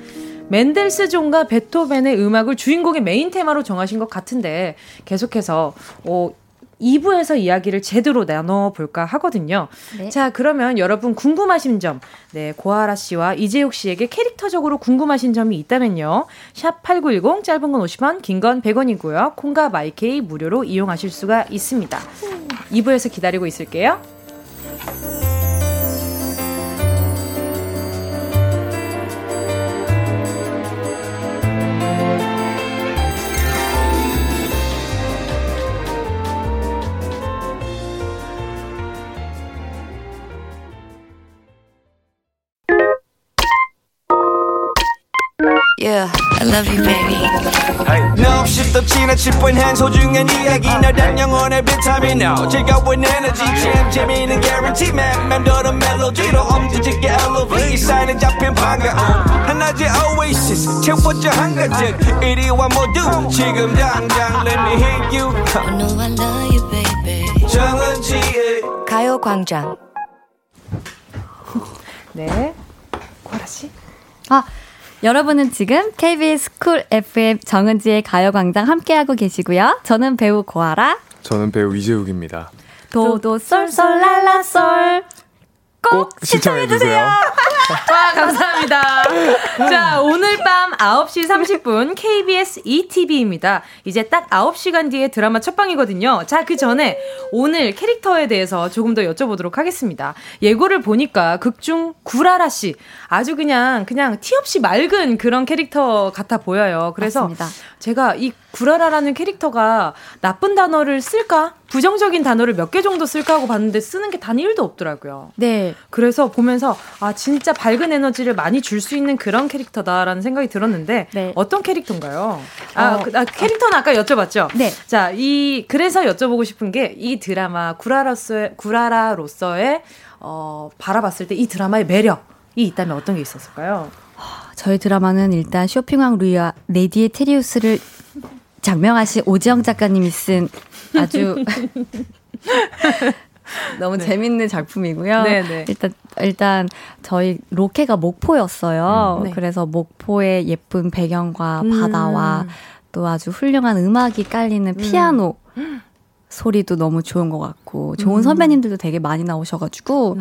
Speaker 1: 맨델스존과 베토벤의 음악을 주인공의 메인 테마로 정하신 것 같은데 계속해서 어, 2부에서 이야기를 제대로 나눠볼까 하거든요.
Speaker 4: 네.
Speaker 1: 자, 그러면 여러분 궁금하신 점, 네, 고아라 씨와 이재욱 씨에게 캐릭터적으로 궁금하신 점이 있다면요. 샵8910, 짧은 건 50원, 긴 건 100원이고요. 콩과 마이케이 무료로 이용하실 수가 있습니다. 2부에서 기다리고 있을게요.
Speaker 7: Yeah, I love you, baby.
Speaker 2: 너 없이 또 지나칠 뻔한 소중한 이야기 너란 영혼의 비타민 O 즐거운 에너지 참 재미있는 guarantee 맘 맴도는 멜로디로 엄지짓게 elevate 이 사이는 잡힌 반가움 한낮의 oasis 채워져 한가득 이리와 모두 지금 당장 let me hit you
Speaker 7: I know I love you, baby.
Speaker 2: 정은지의
Speaker 7: 가요광장.
Speaker 1: 네. 고아라 씨.
Speaker 4: 아, 여러분은 지금 KBS 쿨 FM 정은지의 가요광장 함께하고 계시고요. 저는 배우 고아라
Speaker 5: 저는 배우 이재욱입니다.
Speaker 4: 도도 쏠쏠 랄라쏠
Speaker 5: 꼭 시청해 주세요.
Speaker 1: 와, 감사합니다. 자, 오늘 밤 9시 30분 KBS ETV입니다. 이제 딱 9시간 뒤에 드라마 첫방이거든요. 자, 그 전에 오늘 캐릭터에 대해서 조금 더 여쭤보도록 하겠습니다. 예고를 보니까 극중 구라라 씨 아주 그냥 그냥 티 없이 맑은 그런 캐릭터 같아 보여요. 그래서
Speaker 4: 맞습니다.
Speaker 1: 제가 이 구라라라는 캐릭터가 나쁜 단어를 쓸까? 부정적인 단어를 몇 개 정도 쓸까 하고 봤는데 쓰는 게 단 1도 없더라고요.
Speaker 4: 네.
Speaker 1: 그래서 보면서 아 진짜 밝은 에너지를 많이 줄 수 있는 그런 캐릭터다라는 생각이 들었는데
Speaker 4: 네.
Speaker 1: 어떤 캐릭터인가요? 아,
Speaker 4: 어.
Speaker 1: 그, 아, 캐릭터는 아까 여쭤봤죠.
Speaker 4: 네.
Speaker 1: 자, 이 그래서 여쭤보고 싶은 게 이 드라마 구라로서의 구라라로서의 어 바라봤을 때 이 드라마의 매력이 있다면 어떤 게 있었을까요?
Speaker 4: 저희 드라마는 일단 쇼핑왕 루이와 레디의 테리우스를 장명하신 오지영 작가님이 쓴 아주 너무 재밌는 작품이고요.
Speaker 1: 네, 네.
Speaker 4: 일단 일단 저희 로케가 목포였어요.
Speaker 1: 음, 네. 음.
Speaker 4: 그래서 목포의 예쁜 배경과 바다와 또 아주 훌륭한 음악이 깔리는 피아노 소리도 너무 좋은 것 같고
Speaker 1: 음.
Speaker 4: 좋은 선배님들도 되게 많이 나오셔가지고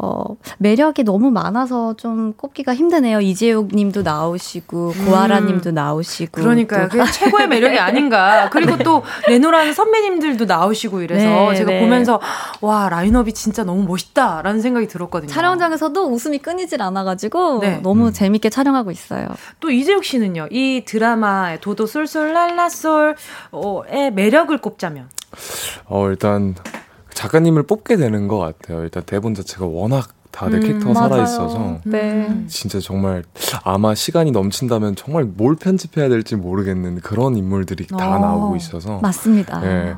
Speaker 4: 어, 매력이 너무 많아서 좀 꼽기가 힘드네요. 이재욱님도 나오시고 고아라님도
Speaker 1: 음.
Speaker 4: 나오시고
Speaker 1: 그러니까요.
Speaker 4: 또-
Speaker 1: 그게 최고의 매력이 아닌가. 그리고 또 내노라는 선배님들도 나오시고 이래서
Speaker 4: 네,
Speaker 1: 제가
Speaker 4: 네.
Speaker 1: 보면서 와 라인업이 진짜 너무 멋있다라는 생각이 들었거든요.
Speaker 4: 촬영장에서도 웃음이 끊이질 않아가지고
Speaker 1: 네.
Speaker 4: 너무
Speaker 5: 음.
Speaker 4: 재밌게 촬영하고 있어요.
Speaker 1: 또 이재욱 씨는요, 이 드라마의 도도 쏠쏠 랄라쏠의 매력을 꼽자면.
Speaker 5: 어, 일단 작가님을 뽑게 되는 것 같아요. 일단 대본 자체가 워낙 다들 캐릭터가 살아있어서
Speaker 1: 음.
Speaker 4: 네.
Speaker 5: 진짜 정말 아마 시간이 넘친다면 정말 뭘 편집해야 될지 모르겠는 그런 인물들이 다
Speaker 1: 어,
Speaker 5: 나오고 있어서
Speaker 4: 맞습니다.
Speaker 5: 예.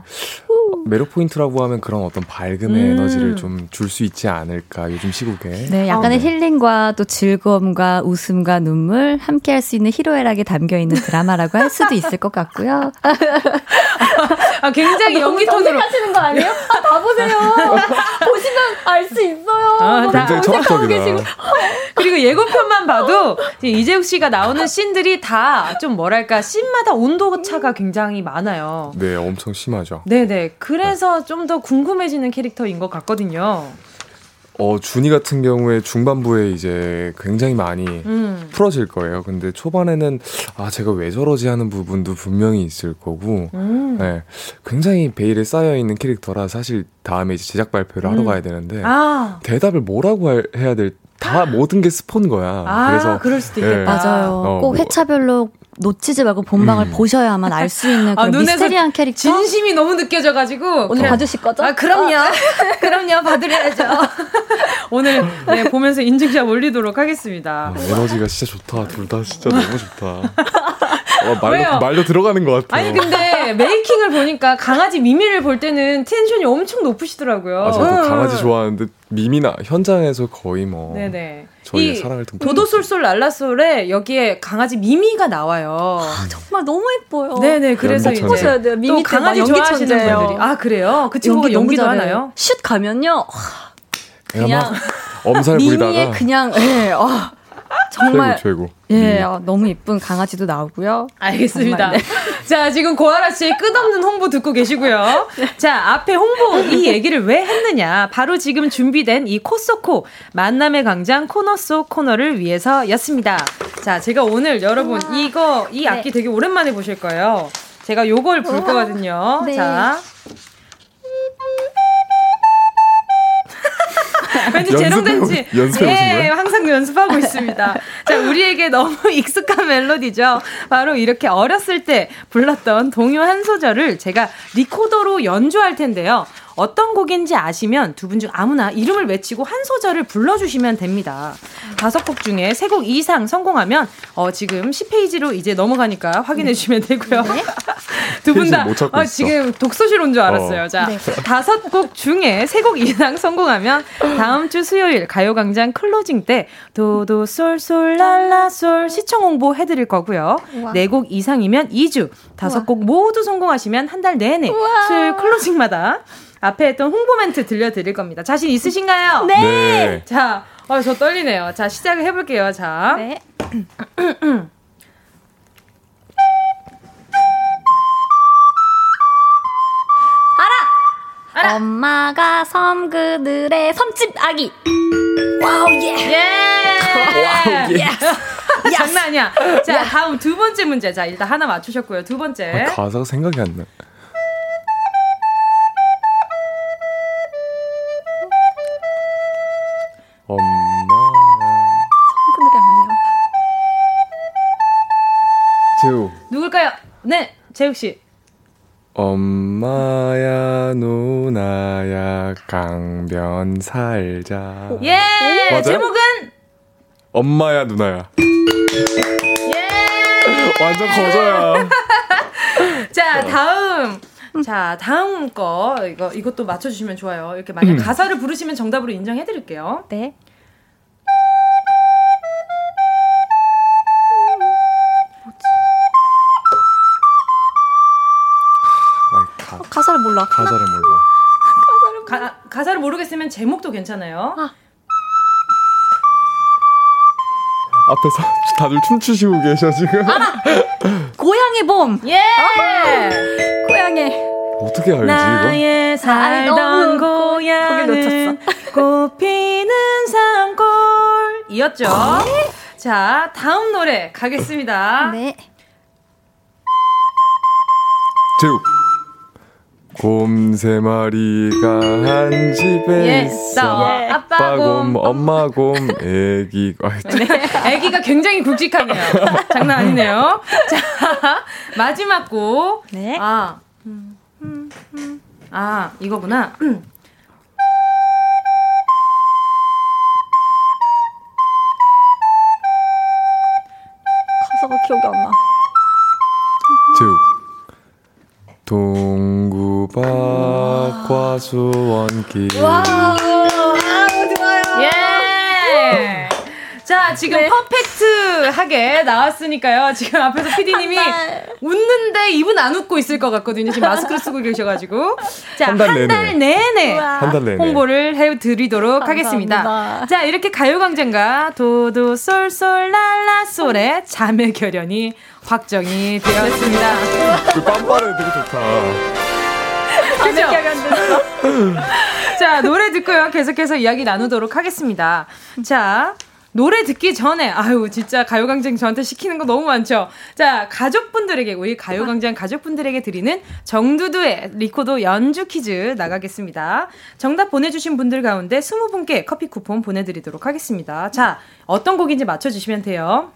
Speaker 5: 매력 포인트라고 하면 그런 어떤 밝음의 에너지를 좀 줄 수 있지 않을까 요즘 시국에
Speaker 1: 아,
Speaker 4: 네, 약간의
Speaker 5: 네.
Speaker 4: 힐링과 또 즐거움과 웃음과 눈물 함께 할 수 있는 희로애락이 담겨 있는 드라마라고 할 수도 있을 것 같고요.
Speaker 1: 아, 굉장히 연기 톤으로.
Speaker 8: 하시는 거 아니에요? 아, 다 보세요. 보시면 알 수 있어요.
Speaker 1: 아, 다-
Speaker 5: 굉장히 철학적이다.
Speaker 1: 그리고 예고편만 봐도 이제 이재욱 씨가 나오는 씬들이 다 좀 뭐랄까 씬마다 온도 차가 굉장히 많아요.
Speaker 5: 네, 엄청 심하죠.
Speaker 1: 네네. 그래서 좀 더 궁금해지는 캐릭터인 것 같거든요.
Speaker 5: 어, 준이 같은 경우에 중반부에 이제 굉장히 많이
Speaker 1: 음.
Speaker 5: 풀어질 거예요. 근데 초반에는 아, 제가 왜 저러지 하는 부분도 분명히 있을 거고.
Speaker 1: 음.
Speaker 5: 네, 굉장히 베일에 쌓여 있는 캐릭터라 사실 다음에 이제 제작 발표를 하러
Speaker 1: 음.
Speaker 5: 가야 되는데
Speaker 1: 아,
Speaker 5: 대답을 뭐라고 할- 해야 될 다 모든 게 스폰 거야.
Speaker 1: 아,
Speaker 5: 그래서
Speaker 1: 그럴 수도
Speaker 5: 예.
Speaker 1: 있겠다.
Speaker 4: 맞아요.
Speaker 5: 어,
Speaker 4: 꼭
Speaker 5: 뭐-
Speaker 4: 회차별로 놓치지 말고 본방을
Speaker 5: 음.
Speaker 4: 보셔야만 알 수 있는 그런
Speaker 1: 아, 눈에서
Speaker 4: 미스테리한 캐릭터.
Speaker 1: 진심이 너무 느껴져가지고.
Speaker 8: 오늘
Speaker 1: 그냥-
Speaker 8: 봐주실 거죠?
Speaker 1: 아, 그럼요. 그럼요. 봐드려야죠. 오늘, 네, 보면서 인증샷 올리도록 하겠습니다.
Speaker 5: 아, 에너지가 진짜 좋다. 둘 다 진짜 너무 좋다. 어,
Speaker 1: 왜요?
Speaker 5: 말도 말도 들어가는 것 같아요.
Speaker 1: 아니 근데 메이킹을 보니까 강아지 미미를 볼 때는 텐션이 엄청 높으시더라고요.
Speaker 5: 아, 저도
Speaker 1: 응,
Speaker 5: 강아지
Speaker 1: 응.
Speaker 5: 좋아하는데 미미나 현장에서 거의 뭐
Speaker 1: 네네.
Speaker 5: 저희의
Speaker 1: 이
Speaker 5: 사랑을 듬뿍
Speaker 1: 도도솔솔 랄라솔에 여기에 강아지 미미가 나와요.
Speaker 8: 정말 너무 예뻐요.
Speaker 1: 네네. 그래서
Speaker 5: 아,
Speaker 1: 이제
Speaker 5: 연기천재.
Speaker 8: 보셔야 돼요.
Speaker 1: 또
Speaker 8: 미미 때
Speaker 1: 강아지
Speaker 8: 연기
Speaker 1: 좋아하시는
Speaker 8: 천재예요.
Speaker 1: 분들이 아 그래요? 그 친구가
Speaker 4: 연기 너무
Speaker 1: 연기도
Speaker 4: 잘해요.
Speaker 1: 하나요?
Speaker 4: 슛 가면요.
Speaker 5: 그냥 엄살
Speaker 4: 미미의
Speaker 5: 부리다가
Speaker 4: 그냥 예. 아, 정말
Speaker 5: 최고 음. 최고.
Speaker 4: 예. 아, 너무 이쁜 강아지도 나오고요.
Speaker 1: 알겠습니다. 자, 지금 고아라 씨의 끝없는 홍보 듣고 계시고요. 자, 앞에 홍보 이 얘기를 왜 했느냐. 바로 지금 준비된 이 코소코 만남의 광장 코너 속 코너를 위해서였습니다. 자, 제가 오늘 여러분 이거 이 악기 되게 오랜만에 보실 거예요. 제가 요걸 부를 거거든요.
Speaker 8: 네.
Speaker 1: 자. 왠지 아, 재롱잔치
Speaker 5: 연습해오- 연습해오신
Speaker 1: 예,
Speaker 5: 거예요?
Speaker 1: 항상 연습하고 있습니다. 자, 우리에게 너무 익숙한 멜로디죠. 바로 이렇게 어렸을 때 불렀던 동요 한 소절을 제가 리코더로 연주할 텐데요. 어떤 곡인지 아시면 두 분 중 아무나 이름을 외치고 한 소절을 불러주시면 됩니다. 다섯 곡 중에 세 곡 이상 성공하면 어, 지금 10페이지로 이제 넘어가니까 확인해 주시면 되고요. 두 분 다
Speaker 5: 네. 페이지 못 찾고
Speaker 1: 어,
Speaker 5: 있어.
Speaker 1: 지금 독서실 온 줄 알았어요. 자,
Speaker 8: 네.
Speaker 1: 다섯 곡 중에 세 곡 이상 성공하면 다음 주 수요일 가요광장 클로징 때 도도 솔솔 랄라솔 시청 홍보 해드릴 거고요. 네 곡 이상이면 2주, 다섯 곡 모두 성공하시면 한 달 내내 수요일 클로징마다 앞에 했던 홍보 멘트 들려드릴 겁니다. 자신 있으신가요?
Speaker 8: 네.
Speaker 5: 네.
Speaker 1: 자, 어, 저 떨리네요. 자, 시작을 해볼게요. 자.
Speaker 8: 네.
Speaker 4: 엄마가 섬 그늘에 섬집 아기.
Speaker 1: 예! 장난 아니야. 자, 다음 두 번째 문제. 자, 일단 하나 맞추셨고요. 두 번째.
Speaker 5: 아, 가사가 생각이 안 나. 엄마
Speaker 4: 그늘이 아니야.
Speaker 5: 재우
Speaker 1: 누굴까요? 네, 재욱 씨.
Speaker 5: 엄마야 누나야 강변 살자
Speaker 1: 예!
Speaker 5: 맞아요?
Speaker 1: 제목은?
Speaker 5: 엄마야 누나야
Speaker 1: 예!
Speaker 5: 완전 거저야
Speaker 1: 자,
Speaker 5: 네.
Speaker 1: 다음. 자, 다음 거. 이거, 이것도 맞춰주시면 좋아요. 이렇게
Speaker 5: 음.
Speaker 1: 만약 가사를 부르시면 정답으로 인정해드릴게요.
Speaker 4: 네.
Speaker 5: 나 가,
Speaker 4: 가사를 몰라.
Speaker 5: 가사를 몰라
Speaker 1: 가, 가사를 모르겠으면 제목도 괜찮아요.
Speaker 5: 앞에서 다들 춤추시고 계셔 지금
Speaker 4: 고양이 봄. 아,
Speaker 1: 예!
Speaker 4: 고양이.
Speaker 5: 어떻게 알지 이거
Speaker 1: 네. 나의 예. 살던
Speaker 4: 너무
Speaker 1: 고향은 꽃피는 산골 이었죠. 자 다음 노래 가겠습니다.
Speaker 4: 네.
Speaker 5: 재우 곰 세 마리가 한 집에
Speaker 1: 예,
Speaker 5: 있어
Speaker 4: 네.
Speaker 1: 나
Speaker 5: 네. 아빠
Speaker 1: 아빠
Speaker 5: 곰
Speaker 1: 곰.
Speaker 5: 엄마 곰 애기 아,
Speaker 1: 네, 아기가 굉장히 굵직하네요. 장난 아니네요. 자 마지막 곡.
Speaker 4: 네.
Speaker 1: 아, 음, 아 이거구나.
Speaker 8: 가사가 기억이 안 나.
Speaker 5: 제육 동구밭 과수원길
Speaker 1: 아. 예. 자 지금 퍼펙트 타이트하게 나왔으니까요. 지금 앞에서 PD님이 웃는데 입은 안 웃고 있을 것 같거든요. 지금 마스크를 쓰고 계셔가지고. 자,
Speaker 5: 한
Speaker 1: 한
Speaker 5: 달
Speaker 1: 달 내내
Speaker 5: 한 달 내내.
Speaker 1: 홍보를 해드리도록 하겠습니다.
Speaker 8: 감사합니다.
Speaker 1: 자, 이렇게 가요광장과 도도 쏠쏠 랄라솔의 자매 결연이 확정이 되었습니다.
Speaker 5: 그 빰빠르 되게 좋다.
Speaker 1: 그죠? 자, 노래 듣고요. 계속해서 이야기 나누도록 하겠습니다. 자, 노래 듣기 전에, 아유, 진짜 가요광장 저한테 시키는 거 너무 많죠? 자, 가족분들에게, 우리 가요광장 가족분들에게 드리는 정두두의 리코더 연주 퀴즈 나가겠습니다. 정답 보내주신 분들 가운데 20분께 커피 쿠폰 보내드리도록 하겠습니다. 자, 어떤 곡인지 맞춰주시면 돼요.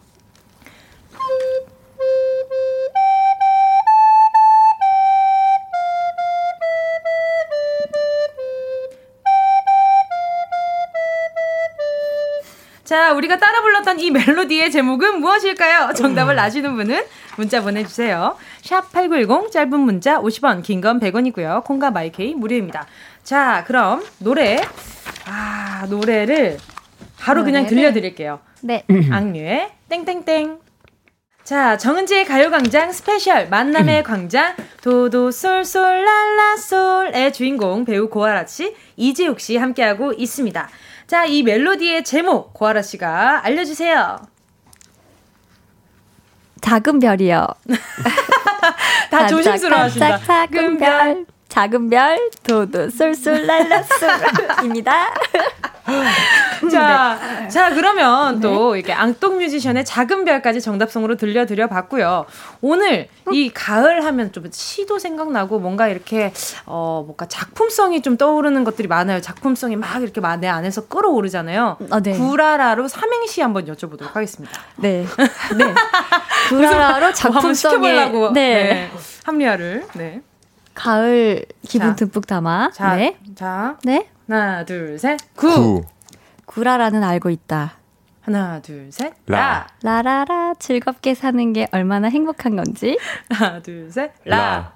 Speaker 1: 자, 우리가 따라 불렀던 이 멜로디의 제목은 무엇일까요? 정답을 아시는 분은 문자 보내주세요. 샵 8910, 짧은 문자 50원, 긴 건 100원이고요. 콩과 마이케이 무료입니다. 자, 그럼 노래. 아, 노래를 바로 그냥
Speaker 8: 노래를.
Speaker 1: 들려드릴게요.
Speaker 8: 네.
Speaker 1: 악뮤의 땡땡땡. 자, 정은지의 가요광장 스페셜 만남의 광장 도도 쏠쏠 랄라솔의 주인공 배우 고아라 씨, 이재욱 씨 함께하고 있습니다. 자, 이 멜로디의 제목 고아라 씨가 알려주세요.
Speaker 4: 작은 별이요.
Speaker 1: 다 조심스러워하신다.
Speaker 4: 반짝반짝 작은 별. 작은 별 도도 쏠쏠 랄라쏠입니다. 음, 네.
Speaker 1: 자,
Speaker 4: 아,
Speaker 1: 자 그러면 또 이렇게 앙똥 뮤지션의 작은 별까지 정답송으로 들려드려 봤고요. 오늘 이 가을 하면 좀 시도 생각나고 뭔가 이렇게 어 뭔가 작품성이 좀 떠오르는 것들이 많아요. 작품성이 막 이렇게 마- 내 안에서 끌어오르잖아요.
Speaker 4: 아, 네.
Speaker 1: 구라라로 삼행시 한번 여쭤보도록 하겠습니다.
Speaker 4: 네. 네. 구라로
Speaker 1: 뭐 한번
Speaker 4: 작품성에
Speaker 1: 시켜보려고
Speaker 4: 네.
Speaker 1: 네. 합리화를 네.
Speaker 4: 가을 기분
Speaker 1: 자.
Speaker 4: 듬뿍 담아.
Speaker 1: 자,
Speaker 4: 네.
Speaker 1: 자
Speaker 4: 네.
Speaker 1: 하나 둘 셋 구.
Speaker 5: 구.
Speaker 4: 구라라는 알고 있다.
Speaker 1: 하나 둘 셋 라.
Speaker 5: 라.
Speaker 4: 라라라 즐겁게 사는 게 얼마나 행복한 건지.
Speaker 1: 하나 둘 셋 라.
Speaker 5: 라.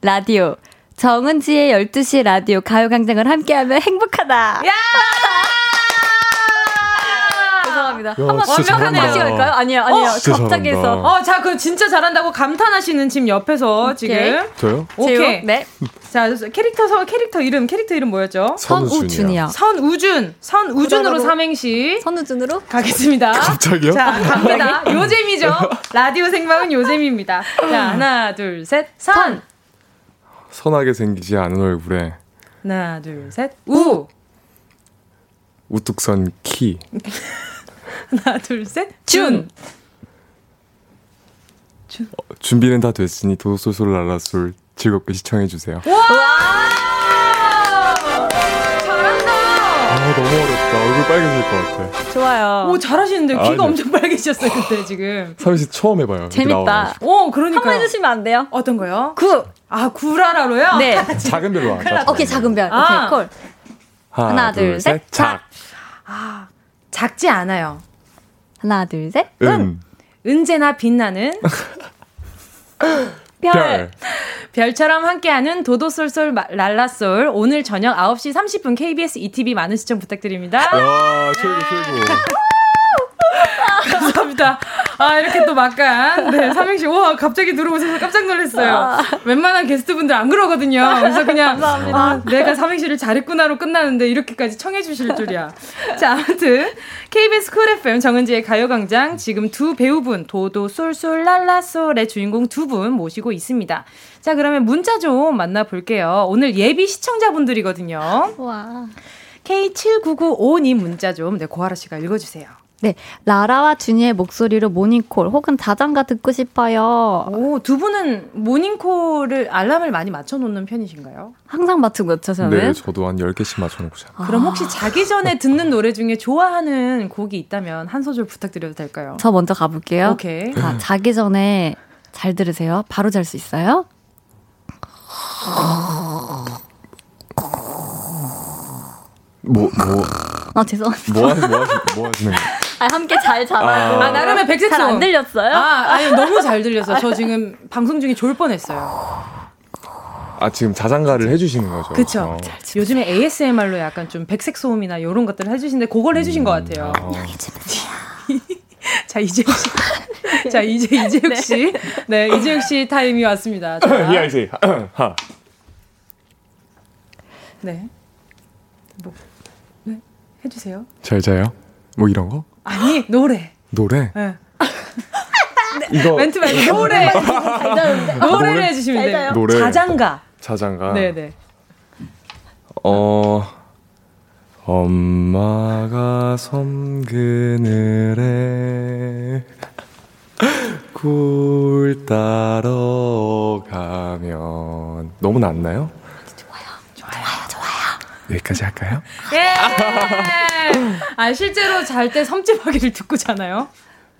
Speaker 4: 라디오. 정은지의 12시 라디오 가요광장을 함께하면 행복하다.
Speaker 1: 야!
Speaker 4: 죄송합니다.
Speaker 5: 야,
Speaker 4: 한번
Speaker 5: 진짜
Speaker 4: 완벽한
Speaker 5: 잘한다.
Speaker 4: 다시 갈까요? 아니요, 아니요.
Speaker 5: 어, 진짜
Speaker 4: 갑자기
Speaker 5: 잘한다.
Speaker 4: 해서.
Speaker 1: 어, 자, 그 진짜 잘한다고 감탄하시는 지금 옆에서 지금.
Speaker 5: 저요?
Speaker 1: 오케이.
Speaker 4: 제요? 네.
Speaker 1: 자, 캐릭터 서 캐릭터 이름, 캐릭터 이름 뭐였죠?
Speaker 5: 선우준이요.
Speaker 4: 선우준이요.
Speaker 1: 선우준. 선우준으로
Speaker 4: 구라로.
Speaker 1: 삼행시
Speaker 4: 선우준으로?
Speaker 1: 가겠습니다.
Speaker 5: 갑자기요?
Speaker 1: 자, 갑니다. 요잼이죠. 라디오 생방은 요잼입니다.
Speaker 4: 음.
Speaker 1: 자, 하나, 둘, 셋. 선.
Speaker 5: 선하게 생기지 않은 얼굴에
Speaker 1: 하나, 둘, 셋. 우.
Speaker 5: 우뚝 선 키.
Speaker 1: 하나, 둘, 셋. 준.
Speaker 5: 어, 준비는 다 됐으니 도솔솔 랄라솔 즐겁게 시청해 주세요.
Speaker 1: 와! 잘한다.
Speaker 5: 아 너무 어렵다. 얼굴 빨개질 것 같아.
Speaker 4: 좋아요.
Speaker 1: 오, 잘하시는데 귀가
Speaker 5: 아, 네. 아.
Speaker 1: 엄청 빨개지셨어요, 그때 지금.
Speaker 5: 사씨 처음 해봐요. 이렇게
Speaker 4: 재밌다.
Speaker 5: 나와가지고.
Speaker 1: 오, 그러니까.
Speaker 4: 한번 해주시면 안 돼요?
Speaker 1: 어떤 거요?
Speaker 4: 구.
Speaker 1: 아 구라라로요?
Speaker 4: 네.
Speaker 5: 작은 별로 안 가.
Speaker 4: 오케이, 작은 별.
Speaker 1: 아.
Speaker 4: 오케이, 콜. 하나, 둘, 셋,
Speaker 5: 작.
Speaker 1: 작지 않아요.
Speaker 4: 하나, 둘, 셋.
Speaker 5: 은.
Speaker 1: 은제나 빛나는
Speaker 5: 별.
Speaker 1: 별처럼 함께하는 도도솔솔 마- 랄라솔 오늘 저녁 9시 30분 KBS ETV 많은 시청
Speaker 5: 네.
Speaker 1: 부탁드립니다.
Speaker 5: 와 최고
Speaker 4: 네.
Speaker 5: 네. 최고.
Speaker 1: 감사합니다. 아 이렇게 또 막간 네 삼행시 와 갑자기 들어오셔서 깜짝 놀랐어요. 웬만한 게스트분들 안 그러거든요. 그래서 그냥 아, 내가 삼행시를 잘했구나로 끝나는데 이렇게까지 청해주실 줄이야. 자 아무튼 KBS 쿨 FM 정은지의 가요광장 지금 두 배우분 도도 쏠쏠 랄라솔의 주인공 두 분 모시고 있습니다. 자 그러면 문자 좀 만나볼게요. 오늘 예비 시청자분들이거든요.
Speaker 8: 와.
Speaker 1: K7995님 문자 좀 네, 고하라 씨가 읽어주세요.
Speaker 4: 네. 라라와 준이의 목소리로 모닝콜 혹은 자장가 듣고 싶어요.
Speaker 1: 아. 오, 두 분은 모닝콜을 알람을 많이 맞춰 놓는 편이신가요?
Speaker 4: 항상 맞추고 있죠, 저는.
Speaker 5: 네 저도 한 10개씩 맞춰놓고 자.
Speaker 4: 아.
Speaker 1: 그럼 혹시 자기 전에 듣는 노래 중에 좋아하는 곡이 있다면 한 소절 부탁드려도 될까요?
Speaker 4: 저 먼저 가볼게요.
Speaker 1: 오케이.
Speaker 4: 자, 자기 전에 잘 들으세요. 바로 잘 수 있어요?
Speaker 5: 뭐, 뭐,
Speaker 4: 아, 죄송합니다.
Speaker 5: 뭐, 하시, 뭐, 하시, 뭐 하시는 거예요?
Speaker 4: 아, 함께 잘 자라고.
Speaker 1: 아, 나름의 백색소.
Speaker 4: 잘안 들렸어요?
Speaker 1: 아, 아니 너무 잘 들려서 저 지금 방송 중에 졸 뻔했어요.
Speaker 5: 아, 지금 자장가를 해주시는 거죠?
Speaker 1: 그쵸?
Speaker 5: 어.
Speaker 1: 요즘에 ASMR로
Speaker 4: 음. 아.
Speaker 1: 약간 좀 백색 소음이나 이런 것들을 해주시는데 그걸 해주신 것 같아요.
Speaker 5: 어.
Speaker 1: 자, 이재욱 씨. 자, 이제 이재욱 씨. 네, 이재욱 씨 타임이 왔습니다. 자,
Speaker 5: Yeah, I see. 하.
Speaker 1: 네. 뭐, 네, 해주세요.
Speaker 5: 잘 자요? 뭐 이런 거?
Speaker 1: 아니, 노래.
Speaker 5: 노래?
Speaker 1: 네.
Speaker 4: 네.
Speaker 5: 이거
Speaker 1: 멘트
Speaker 5: 어,
Speaker 1: 말고 노래.
Speaker 5: 아,
Speaker 1: 노래를 아. 해주시면 돼요.
Speaker 8: 잘자요.
Speaker 5: 노래.
Speaker 1: 자장가.
Speaker 5: 자장가.
Speaker 1: 네네.
Speaker 5: 어 엄마가 섬 그늘에 굴 따러 가면 너무 낫나요? 좋아요, 좋아요, 좋아요. 여기까지 할까요?
Speaker 1: 예! 아, 실제로 잘 때 섬집하기를 듣고 자나요?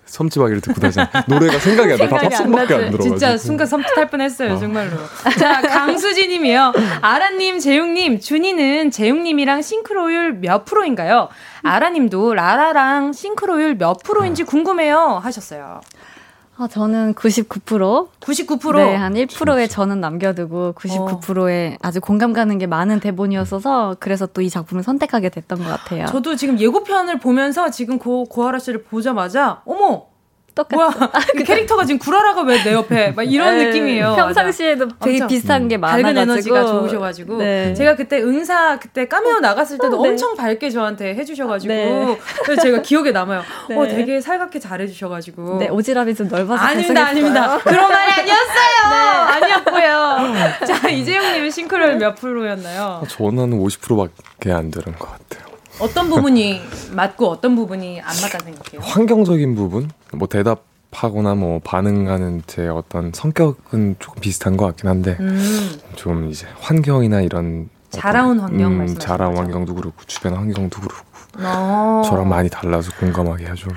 Speaker 5: 섬집하기를 듣고 다시 노래가 생각이 안 나. 네, 다
Speaker 1: 생각이 안
Speaker 5: 박수밖에 안
Speaker 1: 나지.
Speaker 5: 들어가지고.
Speaker 1: 진짜 순간 섬뜩할 뻔했어요 정말로. 자 강수진님이요. 아라님, 재웅님, 준이는 재웅님이랑 싱크로율 몇 프로인가요? 아라님도 라라랑 싱크로율 몇 프로인지 궁금해요 하셨어요.
Speaker 4: 아, 저는 99%.
Speaker 1: 99%.
Speaker 4: 네, 한 1%에
Speaker 1: 그렇죠.
Speaker 4: 저는 남겨두고 99%에
Speaker 1: 어.
Speaker 4: 아주 공감 가는 게 많은 대본이었어서 그래서 또 이 작품을 선택하게 됐던 것 같아요.
Speaker 1: 저도 지금 예고편을 보면서 지금 고 고아라 씨를 보자마자 어머
Speaker 4: 똑같
Speaker 1: 뭐야 그 캐릭터가 지금 구라라가 왜 내 옆에 막 이런
Speaker 4: 네,
Speaker 1: 느낌이에요.
Speaker 4: 평상시에도 되게
Speaker 1: 엄청 음.
Speaker 4: 비슷한 게 많아가지고
Speaker 1: 밝은 에너지가 좋으셔가지고
Speaker 4: 네.
Speaker 1: 제가 그때 은사 그때 까메오 나갔을 때도
Speaker 4: 네.
Speaker 1: 엄청 밝게 저한테 해주셔가지고
Speaker 4: 네.
Speaker 1: 그래서 제가 기억에 남아요.
Speaker 4: 네.
Speaker 1: 어 되게 살갑게 잘해주셔가지고.
Speaker 4: 네, 오지랖이 좀 넓어서
Speaker 1: 아닙니다,
Speaker 4: 죄송했어요. 네.
Speaker 1: 아닙니다. 그런 말이 아니었어요. 아니었고요. 자 이재용님은 싱크로율 몇 프로였나요?
Speaker 5: 저는 50%밖에 안 되는 것 같아요.
Speaker 1: 어떤 부분이 맞고 어떤 부분이 안 맞다 생각해요?
Speaker 5: 환경적인 부분, 뭐 대답하거나 뭐 반응하는 제 어떤 성격은 조금 비슷한 것 같긴 한데
Speaker 1: 음,
Speaker 5: 좀 이제 환경이나 이런
Speaker 1: 자라온
Speaker 5: 어떤-
Speaker 1: 환경 말씀하시는
Speaker 5: 자라온
Speaker 1: 거죠?
Speaker 5: 환경도 그렇고 주변 환경도 그렇고
Speaker 1: 어.
Speaker 5: 저랑 많이 네. 달라서 공감하게 하죠.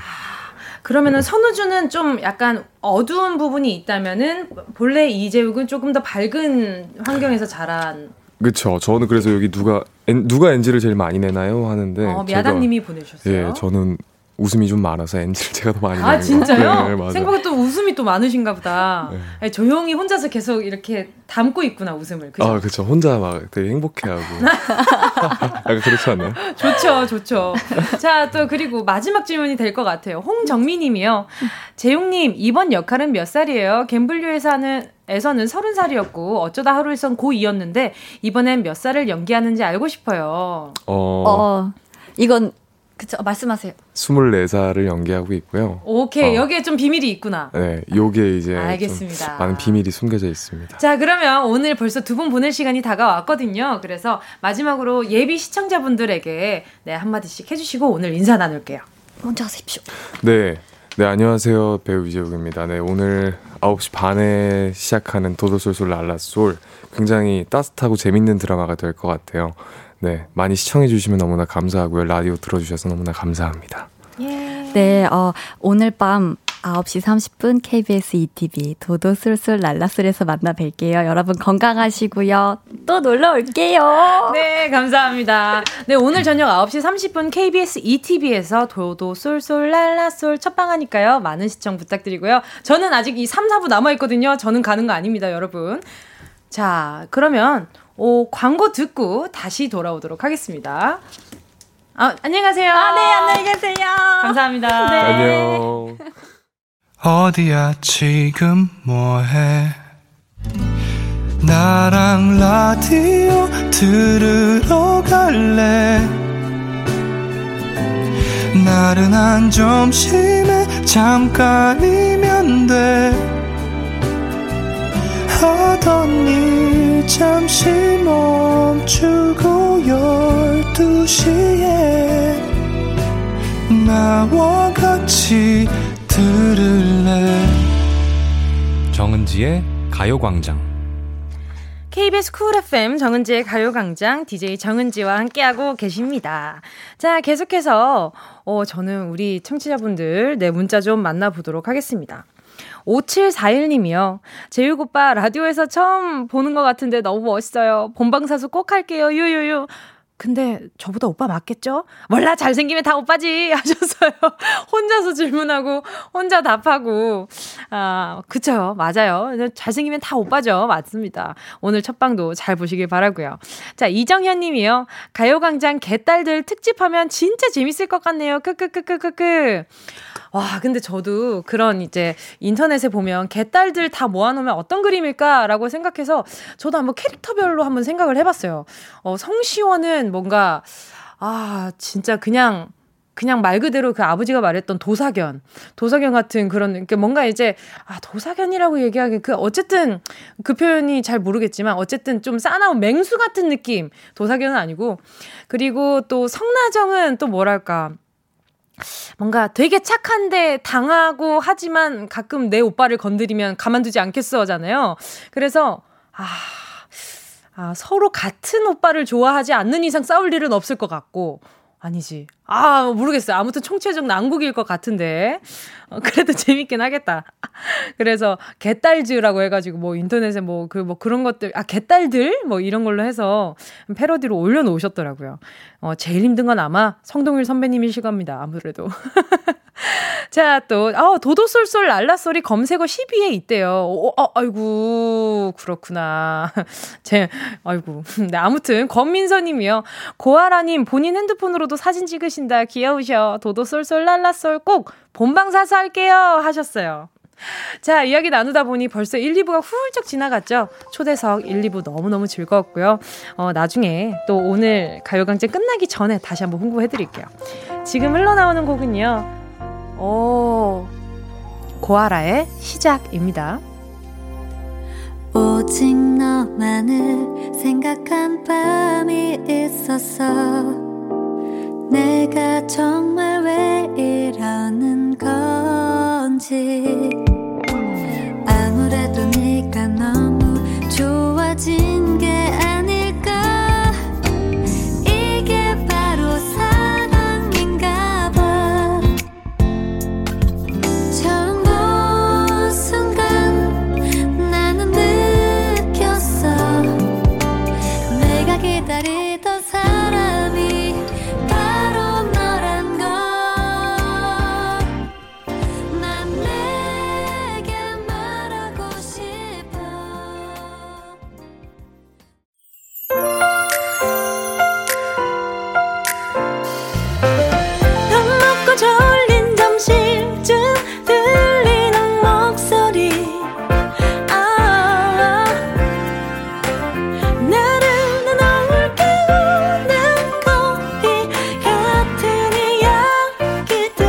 Speaker 1: 그러면은 선우주는 좀 약간 어두운 부분이 있다면은 본래 이재욱은 조금 더 밝은 환경에서 자란
Speaker 5: 그렇죠. 저는 그래서 여기 누가 엔, 누가 NG를 제일 많이 내나요 하는데
Speaker 1: 어,
Speaker 5: 네, 제가-
Speaker 1: 미아당님이 보내주셨어요.
Speaker 5: 예 저는 웃음이 좀 많아서 NG를 제가 더 많이 내는 것
Speaker 1: 아
Speaker 5: 같아요. 네,
Speaker 1: 진짜요?
Speaker 5: 맞아요.
Speaker 1: 생각보다 또 웃음이 또 많으신가 보다.
Speaker 5: 네.
Speaker 1: 아니, 조용히 혼자서 계속 이렇게 담고 있구나 웃음을. 그죠?
Speaker 5: 아 그렇죠. 혼자 막 되게 행복해하고 약간 그렇지 않나요?
Speaker 1: 좋죠, 좋죠. 자, 또 그리고 마지막 질문이 될 것 같아요. 홍정미님이요. 재용님 이번 역할은 몇 살이에요? 갬블류에서는 에서는 서른 살이었고 어쩌다 하루일선 고2였는데 이번엔 몇 살을 연기하는지 알고 싶어요.
Speaker 5: 어
Speaker 4: 어, 이건 그쵸 말씀하세요.
Speaker 5: 24살을 연기하고 있고요.
Speaker 1: 오케이
Speaker 5: 어.
Speaker 1: 여기에 좀 비밀이 있구나.
Speaker 5: 네, 요게 이제 좀
Speaker 1: 알겠습니다.
Speaker 5: 많은 비밀이 숨겨져 있습니다.
Speaker 1: 자, 그러면 오늘 벌써 두 분 보낼 시간이 다가왔거든요. 그래서 마지막으로 예비 시청자분들에게 네, 한마디씩 해주시고 오늘 인사 나눌게요.
Speaker 4: 먼저 하십시오.
Speaker 5: 네. 네, 안녕하세요. 배우 이재욱입니다. 네, 오늘 9시 반에 시작하는 도도솔솔 랄라솔 굉장히 따뜻하고 재밌는 드라마가 될 것 같아요. 네, 많이 시청해 주시면 너무나 감사하고요. 라디오 들어 주셔서 너무나 감사합니다.
Speaker 4: 네, 어, 오늘 밤 9시 30분 KBS ETV 도도술술 랄라술에서 만나 뵐게요. 여러분 건강하시고요. 또 놀러 올게요.
Speaker 1: 네, 감사합니다. 네, 오늘 저녁 9시 30분 KBS ETV에서 도도 쏠쏠 랄라쏠 첫방하니까요. 많은 시청 부탁드리고요. 저는 아직 이 3, 4부 남아있거든요. 저는 가는 거 아닙니다, 여러분. 자, 그러면 오, 광고 듣고 다시 돌아오도록 하겠습니다. 아, 안녕하세요. 아, 네, 안녕히 계세요. 네. 감사합니다.
Speaker 5: 안녕.
Speaker 3: 어디야 지금 뭐해 나랑 라디오 들으러 갈래 나른한 점심에 잠깐이면 돼 하던 일 잠시 멈추고 열두 시에 나와 같이 들을래
Speaker 9: 정은지의 가요광장
Speaker 1: KBS 쿨 FM 정은지의 가요광장 DJ 정은지와 함께하고 계십니다. 자, 계속해서 어, 저는 우리 청취자분들 내 문자 좀 만나보도록 하겠습니다. 5741님이요. 제육 오빠 라디오에서 처음 보는 것 같은데 너무 멋있어요. 본방사수 꼭 할게요. 유유유. 근데 저보다 오빠 맞겠죠? 몰라 잘생기면 다 오빠지 하셨어요. 혼자서 질문하고 혼자 답하고 아 그쵸 맞아요. 잘생기면 다 오빠죠 맞습니다. 오늘 첫 방도 잘 보시길 바라고요. 자 이정현님이요 가요광장 개딸들 특집하면 진짜 재밌을 것 같네요. 크크크크크크. 와, 근데 저도 그런 이제 인터넷에 보면 개딸들 다 모아놓으면 어떤 그림일까라고 생각해서 저도 한번 캐릭터별로 한번 생각을 해봤어요. 어, 성시원은 뭔가, 아, 진짜 그냥, 그냥 말 그대로 그 아버지가 말했던 도사견, 도사견 같은 그런, 그러니까 뭔가 이제, 아, 도사견이라고 얘기하기, 그, 어쨌든 그 표현이 잘 모르겠지만, 어쨌든 좀 싸나운 맹수 같은 느낌, 도사견은 아니고, 그리고 또 성나정은 또 뭐랄까, 뭔가 되게 착한데 당하고 하지만 가끔 내 오빠를 건드리면 가만두지 않겠어잖아요. 그래서 아, 아 서로 같은 오빠를 좋아하지 않는 이상 싸울 일은 없을 것 같고 아니지. 아 모르겠어요. 아무튼 총체적 난국일 것 같은데 어, 그래도 재밌긴 하겠다. 그래서 개딸즈라고 해가지고 뭐 인터넷에 뭐 그 뭐 그런 것들 아 개딸들 뭐 이런 걸로 해서 패러디로 올려놓으셨더라고요. 어 제일 힘든 건 아마 성동일 선배님이실 겁니다. 아무래도. 자, 또, 아, 도도솔솔 랄라소리 검색어 10위에 있대요. 어, 어, 아이고, 그렇구나. 제, 아이고. 네, 아무튼, 권민서님이요. 고아라님, 본인 핸드폰으로도 사진 찍으신다. 귀여우셔. 도도솔솔 랄라솔 꼭 본방사수 할게요. 하셨어요. 자, 이야기 나누다 보니 벌써 1, 2부가 훌쩍 지나갔죠. 초대석 1, 2부 너무너무 즐거웠고요. 어, 나중에 또 오늘 가요강제 끝나기 전에 다시 한번 홍보해드릴게요. 지금 흘러나오는 곡은요. 오, 고아라의 시작입니다.
Speaker 3: 오직 너만을 생각한 밤이 있었어 내가 정말 왜 이러는 건지 아무래도 네가 너무 좋아진 게 아닐까 이게 바로 사랑인가 봐 처음 본 순간 나는 느꼈어 내가 기다리던 사람이 바로 너란 걸난 내게 말하고 싶어 밥 먹고 졸린 점심쯤 들리는 목소리 아 나른한 너울 깨우는 거리 같은 이야기들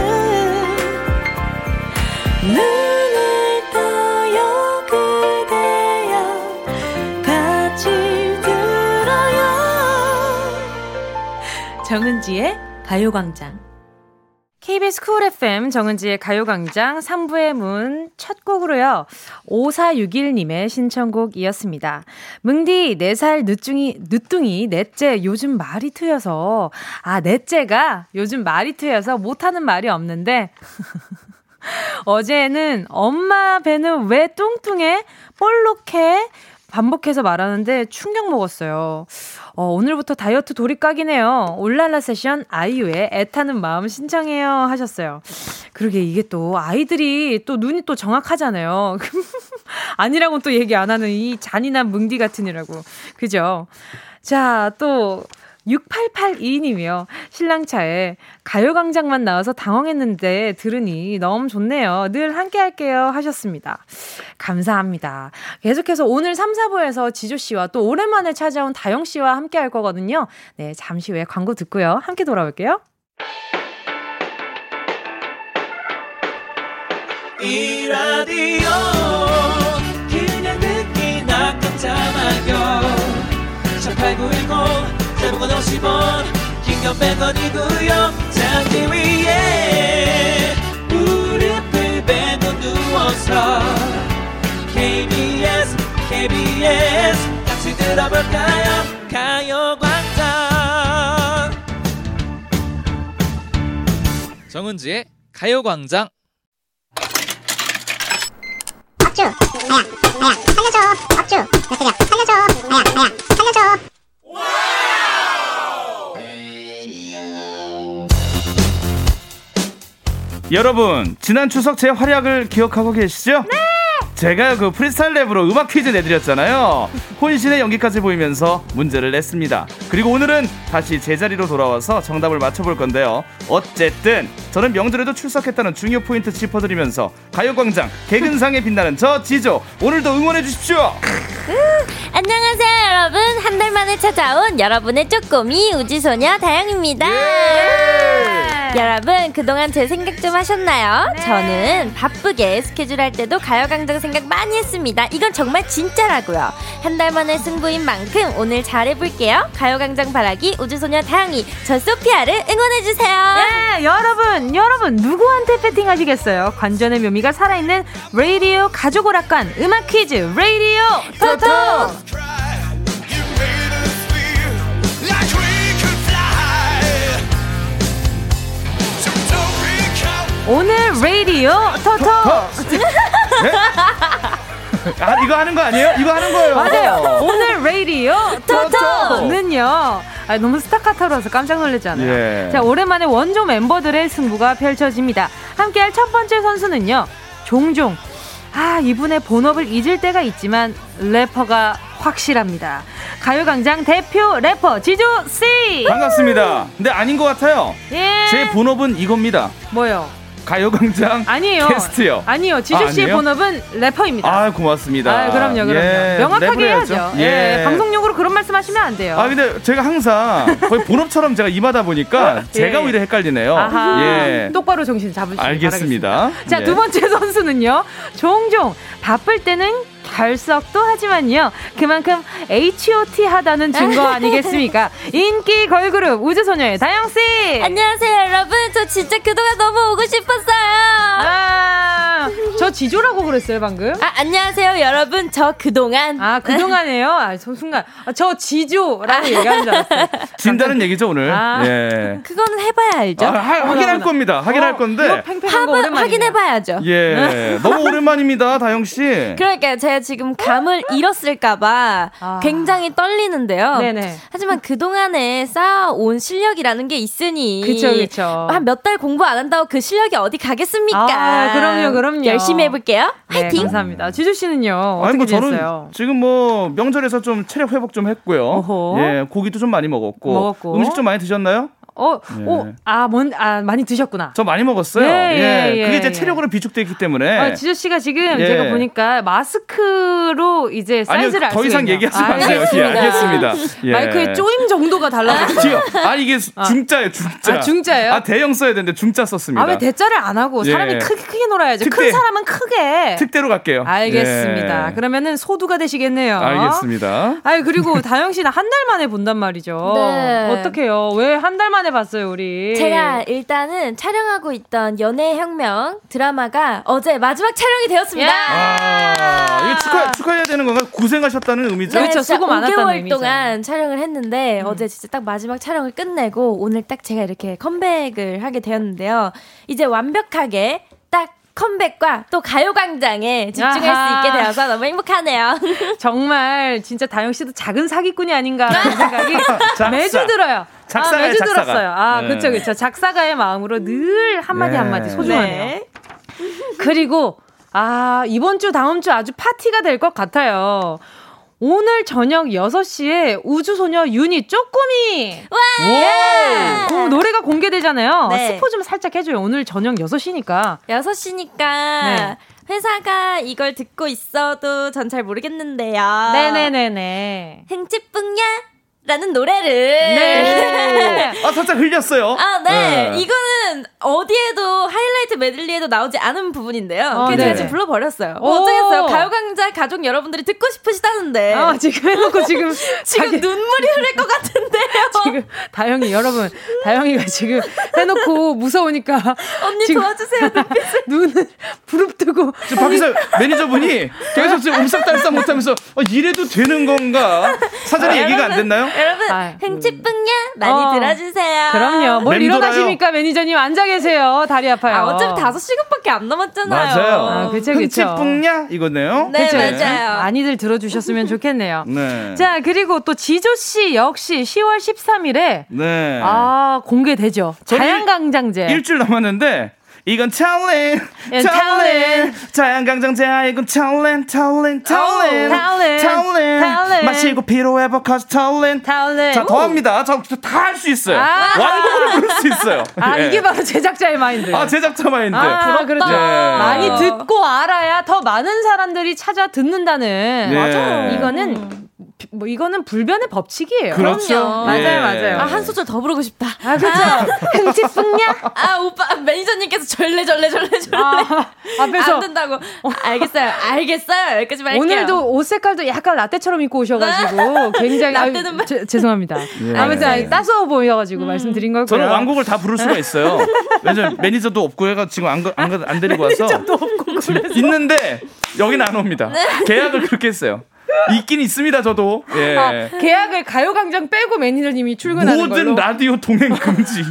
Speaker 3: 눈을 떠요 그대여 같이 들어요
Speaker 1: 정은지의 가요광장. KBS 쿨 FM 정은지의 가요광장 3부의 문 첫 곡으로요. 5461님의 신청곡이었습니다. 뭉디 4살 늦둥이, 늦둥이 넷째 요즘 말이 트여서, 아, 넷째가 요즘 말이 트여서 못하는 말이 없는데, 어제는 엄마 배는 왜 뚱뚱해? 볼록해? 반복해서 말하는데 충격 먹었어요. 어, 오늘부터 다이어트 도립각이네요. 올랄라 세션 아이유의 애타는 마음 신청해요 하셨어요. 그러게 이게 또 아이들이 또 눈이 또 정확하잖아요. 아니라고 또 얘기 안 하는 이 잔인한 뭉디 같은이라고. 그죠? 자, 또 6882님이요. 신랑차에 가요광장만 나와서 당황했는데 들으니 너무 좋네요. 늘 함께 할게요. 하셨습니다. 감사합니다. 계속해서 오늘 3, 4부에서 지조씨와 또 오랜만에 찾아온 다영씨와 함께 할 거거든요. 네, 잠시 후에 광고 듣고요. 함께 돌아올게요.
Speaker 2: 이 라디오 그냥 듣기나 깜짝마요 18910 대목원 50원 긴건 100원이고요 잠기 위에 무릎을 베고 누워서 KBS KBS 같이 들어볼까요 가요광장
Speaker 10: 정은지의 가요광장 여러분 지난 추석 제 활약을 기억하고 계시죠? 네. 제가 그 프리스타일 랩으로 음악 퀴즈 내드렸잖아요. 혼신의 연기까지 보이면서 문제를 냈습니다. 그리고 오늘은 다시 제자리로 돌아와서 정답을 맞춰볼 건데요. 어쨌든 저는 명절에도 출석했다는 중요 포인트 짚어드리면서 가요광장 개근상에 빛나는 저 지조 오늘도 응원해 주십시오.
Speaker 7: 안녕하세요 여러분 한 달 만에 찾아온 여러분의 쪼꼬미 우지소녀 다영입니다 여러분 그동안 제 생각 좀 하셨나요? 저는 바쁘게 스케줄 할 때도 가요강장 생각 많이 했습니다 이건 정말 진짜라고요 한 달 만에 승부인 만큼 오늘 잘해볼게요 가요강장 바라기 우주소녀 다영이 저 소피아를 응원해주세요
Speaker 1: 네, 여러분, 여러분 누구한테 패팅하시겠어요? 관전의 묘미가 살아있는 레이디오 가족 오락관 음악 퀴즈 레이디오 토토. 오늘 레이디오 토토.
Speaker 10: 아 이거 하는 거 아니에요? 이거 하는 거예요.
Speaker 1: 맞아요. 오늘 레이디오
Speaker 10: 토토.
Speaker 1: 토토는요. 아, 너무 스타카타로라서 깜짝 놀랐잖아요.
Speaker 10: 예.
Speaker 1: 자, 오랜만에 원조 멤버들의 승부가 펼쳐집니다. 함께할 첫 번째 선수는요. 종종 아 이분의 본업을 잊을 때가 있지만 래퍼가 확실합니다. 가요광장 대표 래퍼 지조 씨.
Speaker 10: 반갑습니다. 근데 아닌 것 같아요.
Speaker 1: 예.
Speaker 10: 제 본업은 이겁니다.
Speaker 1: 뭐요?
Speaker 10: 가요광장
Speaker 1: 아니에요.
Speaker 10: 게스트요.
Speaker 1: 아니요. 지조
Speaker 10: 아,
Speaker 1: 씨의
Speaker 10: 아니에요?
Speaker 1: 본업은 래퍼입니다.
Speaker 10: 아 고맙습니다.
Speaker 1: 아, 그럼요, 그럼요.
Speaker 10: 예, 랩을
Speaker 1: 명확하게
Speaker 10: 해야죠.
Speaker 1: 해야죠. 예. 방송용으로 그런 말씀하시면 안 돼요.
Speaker 10: 아 근데 제가 항상 거의 본업처럼 제가 임하다 보니까 제가 오히려 헷갈리네요.
Speaker 1: 아, 예. 아하.
Speaker 10: 예.
Speaker 1: 똑바로 정신 잡으시기 바라겠습니다.
Speaker 10: 알겠습니다.
Speaker 1: 자,
Speaker 10: 예.
Speaker 1: 두 번째 선수는요. 종종 바쁠 때는 결석도 하지만요. 그만큼 HOT 하다는 증거 아니겠습니까? 인기 걸그룹 우주소녀의 다영씨!
Speaker 7: 안녕하세요 여러분 저 진짜 그동안 너무 오고 싶었어요
Speaker 1: 아, 저 지조라고 그랬어요, 방금?
Speaker 7: 아 안녕하세요 여러분 저 그동안
Speaker 1: 아, 그동안에요? 아, 저 순간. 아, 저 지조라고 얘기하는 줄 알았어요.
Speaker 10: 진다는 얘기죠 오늘.
Speaker 1: 아.
Speaker 10: 예.
Speaker 7: 그거는 해봐야 알죠
Speaker 10: 아, 하, 확인할 겁니다. 확인할 건데.
Speaker 1: 이거 팽팽한 거
Speaker 7: 한번
Speaker 1: 어, 오랜만이네요.
Speaker 7: 확인해봐야죠
Speaker 10: 예. 너무 오랜만입니다, 다영 씨.
Speaker 7: 그러니까 제가 지금 감을 잃었을까봐
Speaker 1: 아.
Speaker 7: 굉장히 떨리는데요.
Speaker 1: 네네.
Speaker 7: 하지만 그 동안에 쌓아온 실력이라는 게 있으니,
Speaker 1: 그쵸, 그쵸.
Speaker 7: 한 몇 달 공부 안 한다고 그 실력이 어디 가겠습니까?
Speaker 1: 아, 그럼요, 그럼요.
Speaker 7: 열심히 해볼게요.
Speaker 1: 네,
Speaker 7: 화이팅.
Speaker 1: 감사합니다. 지조 씨는요. 어떻게
Speaker 10: 아니 뭐 저는
Speaker 1: 지냈어요?
Speaker 10: 지금 뭐 명절에서 좀 체력 회복 좀 했고요.
Speaker 1: 어허.
Speaker 10: 예, 고기도 좀 많이 먹었고,
Speaker 1: 먹었고.
Speaker 10: 음식 좀 많이 드셨나요?
Speaker 1: 어,
Speaker 10: 예.
Speaker 1: 오, 아, 뭔, 아, 많이 드셨구나.
Speaker 10: 저 많이 먹었어요.
Speaker 1: 예, 예, 예,
Speaker 10: 그게 제
Speaker 1: 예.
Speaker 10: 체력으로 비축되기 때문에.
Speaker 1: 아, 지조 씨가 지금
Speaker 10: 예.
Speaker 1: 제가 보니까 마스크로 이제
Speaker 10: 아니요,
Speaker 1: 사이즈를 알수
Speaker 10: 더 이상 얘기하지 마세요. 예, 알겠습니다. 예.
Speaker 1: 마이크의 쪼임 정도가 달라서.
Speaker 10: 지요. 아 이게 수- 중자예요, 중자.
Speaker 1: 어. 아, 중자예요?
Speaker 10: 아 대형 써야 되는데 중자 썼습니다.
Speaker 1: 아, 왜 대자를 안 하고 사람이
Speaker 10: 예.
Speaker 1: 크게 크게 놀아야지. 큰
Speaker 10: 특대.
Speaker 1: 사람은 크게.
Speaker 10: 특대로 갈게요.
Speaker 1: 알겠습니다.
Speaker 10: 예.
Speaker 1: 그러면은 소두가 되시겠네요.
Speaker 10: 알겠습니다.
Speaker 1: 아유 그리고 다영 씨는 한 달 만에 본단 말이죠.
Speaker 7: 네.
Speaker 1: 어떡해요? 왜 한 달 만에 봤어요, 우리?
Speaker 7: 제가
Speaker 1: 예.
Speaker 7: 일단은 촬영하고 있던 연애혁명 드라마가 어제 마지막 촬영이 되었습니다.
Speaker 10: 아, 이거 축하 축하해야 되는 건가? 고생하셨다는 의미죠.
Speaker 1: 그렇죠.
Speaker 7: 진짜
Speaker 1: 수고 많았다는
Speaker 7: 5개월
Speaker 1: 의미죠. 음.
Speaker 7: 동안 촬영을 했는데 어제 진짜 딱 마지막 촬영을 끝내고 오늘 딱 제가 이렇게 컴백을 하게 되었는데요. 이제 완벽하게 딱 컴백과 또 가요광장에 집중할
Speaker 1: 아하.
Speaker 7: 수 있게 되어서 너무 행복하네요.
Speaker 1: 정말 진짜 다영 씨도 작은 사기꾼이 아닌가 하는 생각이
Speaker 10: 작사.
Speaker 1: 매주 들어요.
Speaker 10: 작사가예요,
Speaker 1: 아, 매주
Speaker 10: 작사가.
Speaker 1: 들었어요. 아,
Speaker 10: 네.
Speaker 1: 그쵸, 그쵸. 작사가의 마음으로 늘 한마디
Speaker 10: 네.
Speaker 1: 한마디 소중하네요. 그리고, 아, 이번 주, 다음 주 아주 파티가 될 것 같아요. 오늘 저녁 6시에 우주소녀 유닛 쪼꼬미!
Speaker 10: 와!
Speaker 1: 공- 노래가 공개되잖아요.
Speaker 7: 네.
Speaker 1: 스포 좀 살짝 해줘요. 오늘 저녁 6시니까.
Speaker 7: 6시니까
Speaker 1: 네.
Speaker 7: 회사가 이걸 듣고 있어도 전 잘 모르겠는데요.
Speaker 1: 네네네네.
Speaker 7: 행찌뿡야 라는 노래를
Speaker 1: 네.
Speaker 10: 아 살짝 흘렸어요.
Speaker 7: 아, 네.
Speaker 10: 예.
Speaker 7: 이거는 어디에도 하이라이트 메들리에도 나오지 않은 부분인데요.
Speaker 1: 아,
Speaker 7: 그래서
Speaker 1: 네.
Speaker 7: 제가 지금 불러버렸어요.
Speaker 1: 오.
Speaker 7: 뭐 어쩌겠어요. 가요강좌 가족 여러분들이 듣고 싶으시다는데.
Speaker 1: 아, 지금 해놓고 지금.
Speaker 7: 지금
Speaker 1: 자기-
Speaker 7: 눈물이 흐를 것 같은데요.
Speaker 1: 지금 다영이 여러분 다영이가 지금 해놓고 무서우니까
Speaker 7: 언니
Speaker 1: 지금
Speaker 7: 도와주세요.
Speaker 1: 눈을 부릅뜨고
Speaker 10: 지금 밖에서 매니저분이 계속 지금 움싹달싹 못하면서 어, 이래도 되는 건가? 사전에 얘기가 안 됐나요?
Speaker 7: 여러분,
Speaker 1: 아, 음.
Speaker 7: 행치뿡야 많이
Speaker 1: 어.
Speaker 7: 들어주세요.
Speaker 1: 그럼요 뭘
Speaker 10: 맴돌아요.
Speaker 1: 일어나십니까 매니저님 앉아 계세요 다리 아파요
Speaker 7: 아, 어차피 다섯 시간밖에 안 남았잖아요.
Speaker 1: 아, 그쵸, 그쵸.
Speaker 10: 흥치뿡냐 이거네요.
Speaker 7: 네,
Speaker 1: 그쵸?
Speaker 7: 맞아요.
Speaker 1: 많이들 들어주셨으면 좋겠네요
Speaker 10: 네.
Speaker 1: 자 그리고 또 지조 씨 역시 10월 13일에
Speaker 10: 네.
Speaker 1: 아 공개되죠
Speaker 10: 저는
Speaker 1: 자양강장제
Speaker 10: 일주일 남았는데 이건 탤렌
Speaker 1: 예,
Speaker 10: 탤렌
Speaker 1: 탤런트.
Speaker 10: 자양강장 제아이건 탤렌 탤렌 탤렌
Speaker 1: 탤런트. 탤런트.
Speaker 10: 탤렌 마시고 피로해 버커스 탤렌
Speaker 1: 다음에
Speaker 10: 자 더합니다 자다 할 수 있어요
Speaker 1: 네. 아.
Speaker 10: 완곡으로 부를 수 있어요
Speaker 1: 아
Speaker 10: 예.
Speaker 1: 이게 바로 제작자의 마인드.
Speaker 10: 아 제작자 마인드
Speaker 1: 아, 그렇죠.
Speaker 7: 네.
Speaker 10: 예.
Speaker 1: 많이
Speaker 7: 어.
Speaker 1: 듣고 알아야 더 많은 사람들이 찾아 듣는다는.
Speaker 10: 예. 맞아.
Speaker 1: 이거는 비- 뭐 이거는 불변의 법칙이에요.
Speaker 10: 그렇죠
Speaker 1: 맞아요,
Speaker 10: 예.
Speaker 1: 맞아요.
Speaker 7: 아, 한 소절 더 부르고 싶다.
Speaker 1: 아, 그렇죠. 흥칫뿡냐?
Speaker 7: 아, 오빠, 매니저님께서 절레, 절레, 절레, 절레.
Speaker 1: 아, 앞에서
Speaker 7: 안 된다고. 알겠어요. 알겠어요. 여기까지만 할게요.
Speaker 1: 오늘도 옷 색깔도 약간 라떼처럼 입고 오셔가지고 굉장히 아유,
Speaker 7: 라떼는 말-
Speaker 1: 죄- 죄송합니다. 아무튼 아니, 따스워 보여가지고 말씀드린 걸 거예요.
Speaker 10: 예. 저는 왕곡을 다 부를 수가 있어요. 왜냐면 매니저도 없고 해가 지금 안, 가- 안, 가- 안 데리고 와서 있는데 여기는 안 옵니다.
Speaker 1: 네.
Speaker 10: 계약을 그렇게 했어요. 있긴 있습니다 저도. 예.
Speaker 1: 계약을 가요광장 빼고 매니저님이 출근하는
Speaker 10: 모든
Speaker 1: 아, 걸로.
Speaker 10: 라디오 동행 금지.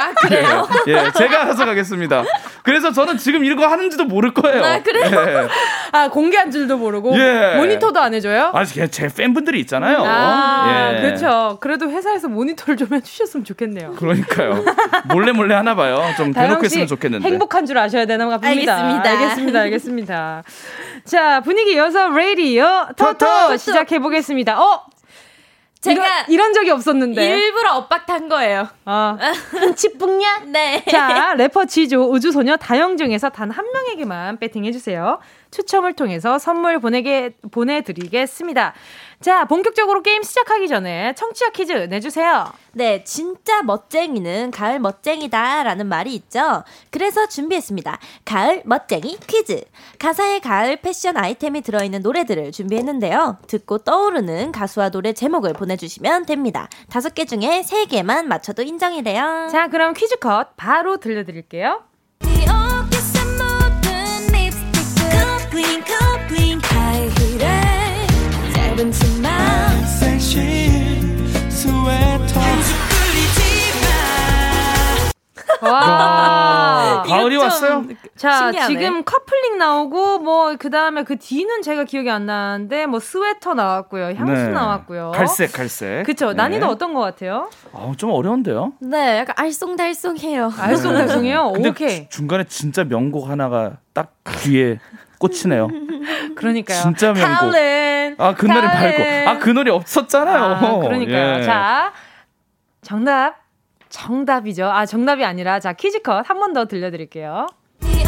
Speaker 7: 아, 그래요?
Speaker 10: 예, 예, 제가 알아서 가겠습니다. 그래서 저는 지금 이런 거 하는지도 모를 거예요.
Speaker 1: 어.
Speaker 7: 아, 그래요?
Speaker 10: 예.
Speaker 1: 아 공개한 줄도 모르고
Speaker 10: 예.
Speaker 1: 모니터도 안 해줘요.
Speaker 10: 아직 그냥 제 팬분들이 있잖아요.
Speaker 1: 아,
Speaker 10: 예.
Speaker 1: 그렇죠. 그래도 회사에서 모니터를 좀 해주셨으면 좋겠네요.
Speaker 10: 그러니까요. 몰래 몰래 하나 봐요. 좀 음, 대놓고
Speaker 1: 다영 씨
Speaker 10: 했으면 좋겠는데.
Speaker 1: 행복한 줄 아셔야 되나 봅니다.
Speaker 7: 알겠습니다.
Speaker 1: 알겠습니다. 알겠습니다. 자, 분위기 이어서 레디어 토토
Speaker 10: 토토!
Speaker 1: 시작해 보겠습니다. 어?
Speaker 7: 제가
Speaker 1: 이런, 이런 적이 없었는데.
Speaker 7: 일부러 엇박탄 거예요.
Speaker 1: 아. 흥칫뿡냐?
Speaker 7: 네.
Speaker 1: 자, 래퍼 지조 우주소녀 다영 중에서 단 한 명에게만 배팅해 주세요. 추첨을 통해서 선물 보내게 보내드리겠습니다. 자, 본격적으로 게임 시작하기 전에 청취자 퀴즈 내주세요.
Speaker 7: 네, 진짜 멋쟁이는 가을 멋쟁이다라는 말이 있죠. 그래서 준비했습니다. 가을 멋쟁이 퀴즈. 가사에 가을 패션 아이템이 들어있는 노래들을 준비했는데요. 듣고 떠오르는 가수와 노래 제목을 보내주시면 됩니다. 다섯 개 중에 세 개만 맞춰도 인정이래요.
Speaker 1: 자, 그럼 퀴즈 컷 바로 들려드릴게요.
Speaker 7: 네
Speaker 1: 와.
Speaker 10: 아, 가을이 왔어요.
Speaker 1: 자,
Speaker 7: 신기하네.
Speaker 1: 지금 커플링 나오고 뭐 그다음에 그 뒤는 제가 기억이 안 나는데 뭐 스웨터 나왔고요. 향수
Speaker 10: 네.
Speaker 1: 나왔고요.
Speaker 10: 갈색, 갈색.
Speaker 1: 그쵸 난이도
Speaker 10: 네.
Speaker 1: 어떤 것 같아요?
Speaker 10: 아우, 좀 어려운데요.
Speaker 7: 네, 약간 알쏭달쏭해요.
Speaker 1: 알쏭달쏭해요.
Speaker 10: 네. 근데
Speaker 1: 어, 오케이.
Speaker 10: 주- 중간에 진짜 명곡 하나가 딱 뒤에 꽂히네요.
Speaker 1: 그러니까요.
Speaker 10: 진짜 명곡.
Speaker 1: 가을엔.
Speaker 10: 아, 그 노래 말고.
Speaker 1: 가을엔.
Speaker 10: 아, 그 노래 없었잖아요.
Speaker 1: 아, 그러니까요.
Speaker 10: 예.
Speaker 1: 자, 정답. 정답이죠. 아, 정답이 아니라 자, 퀴즈컷 한 번 더 들려드릴게요.
Speaker 7: 네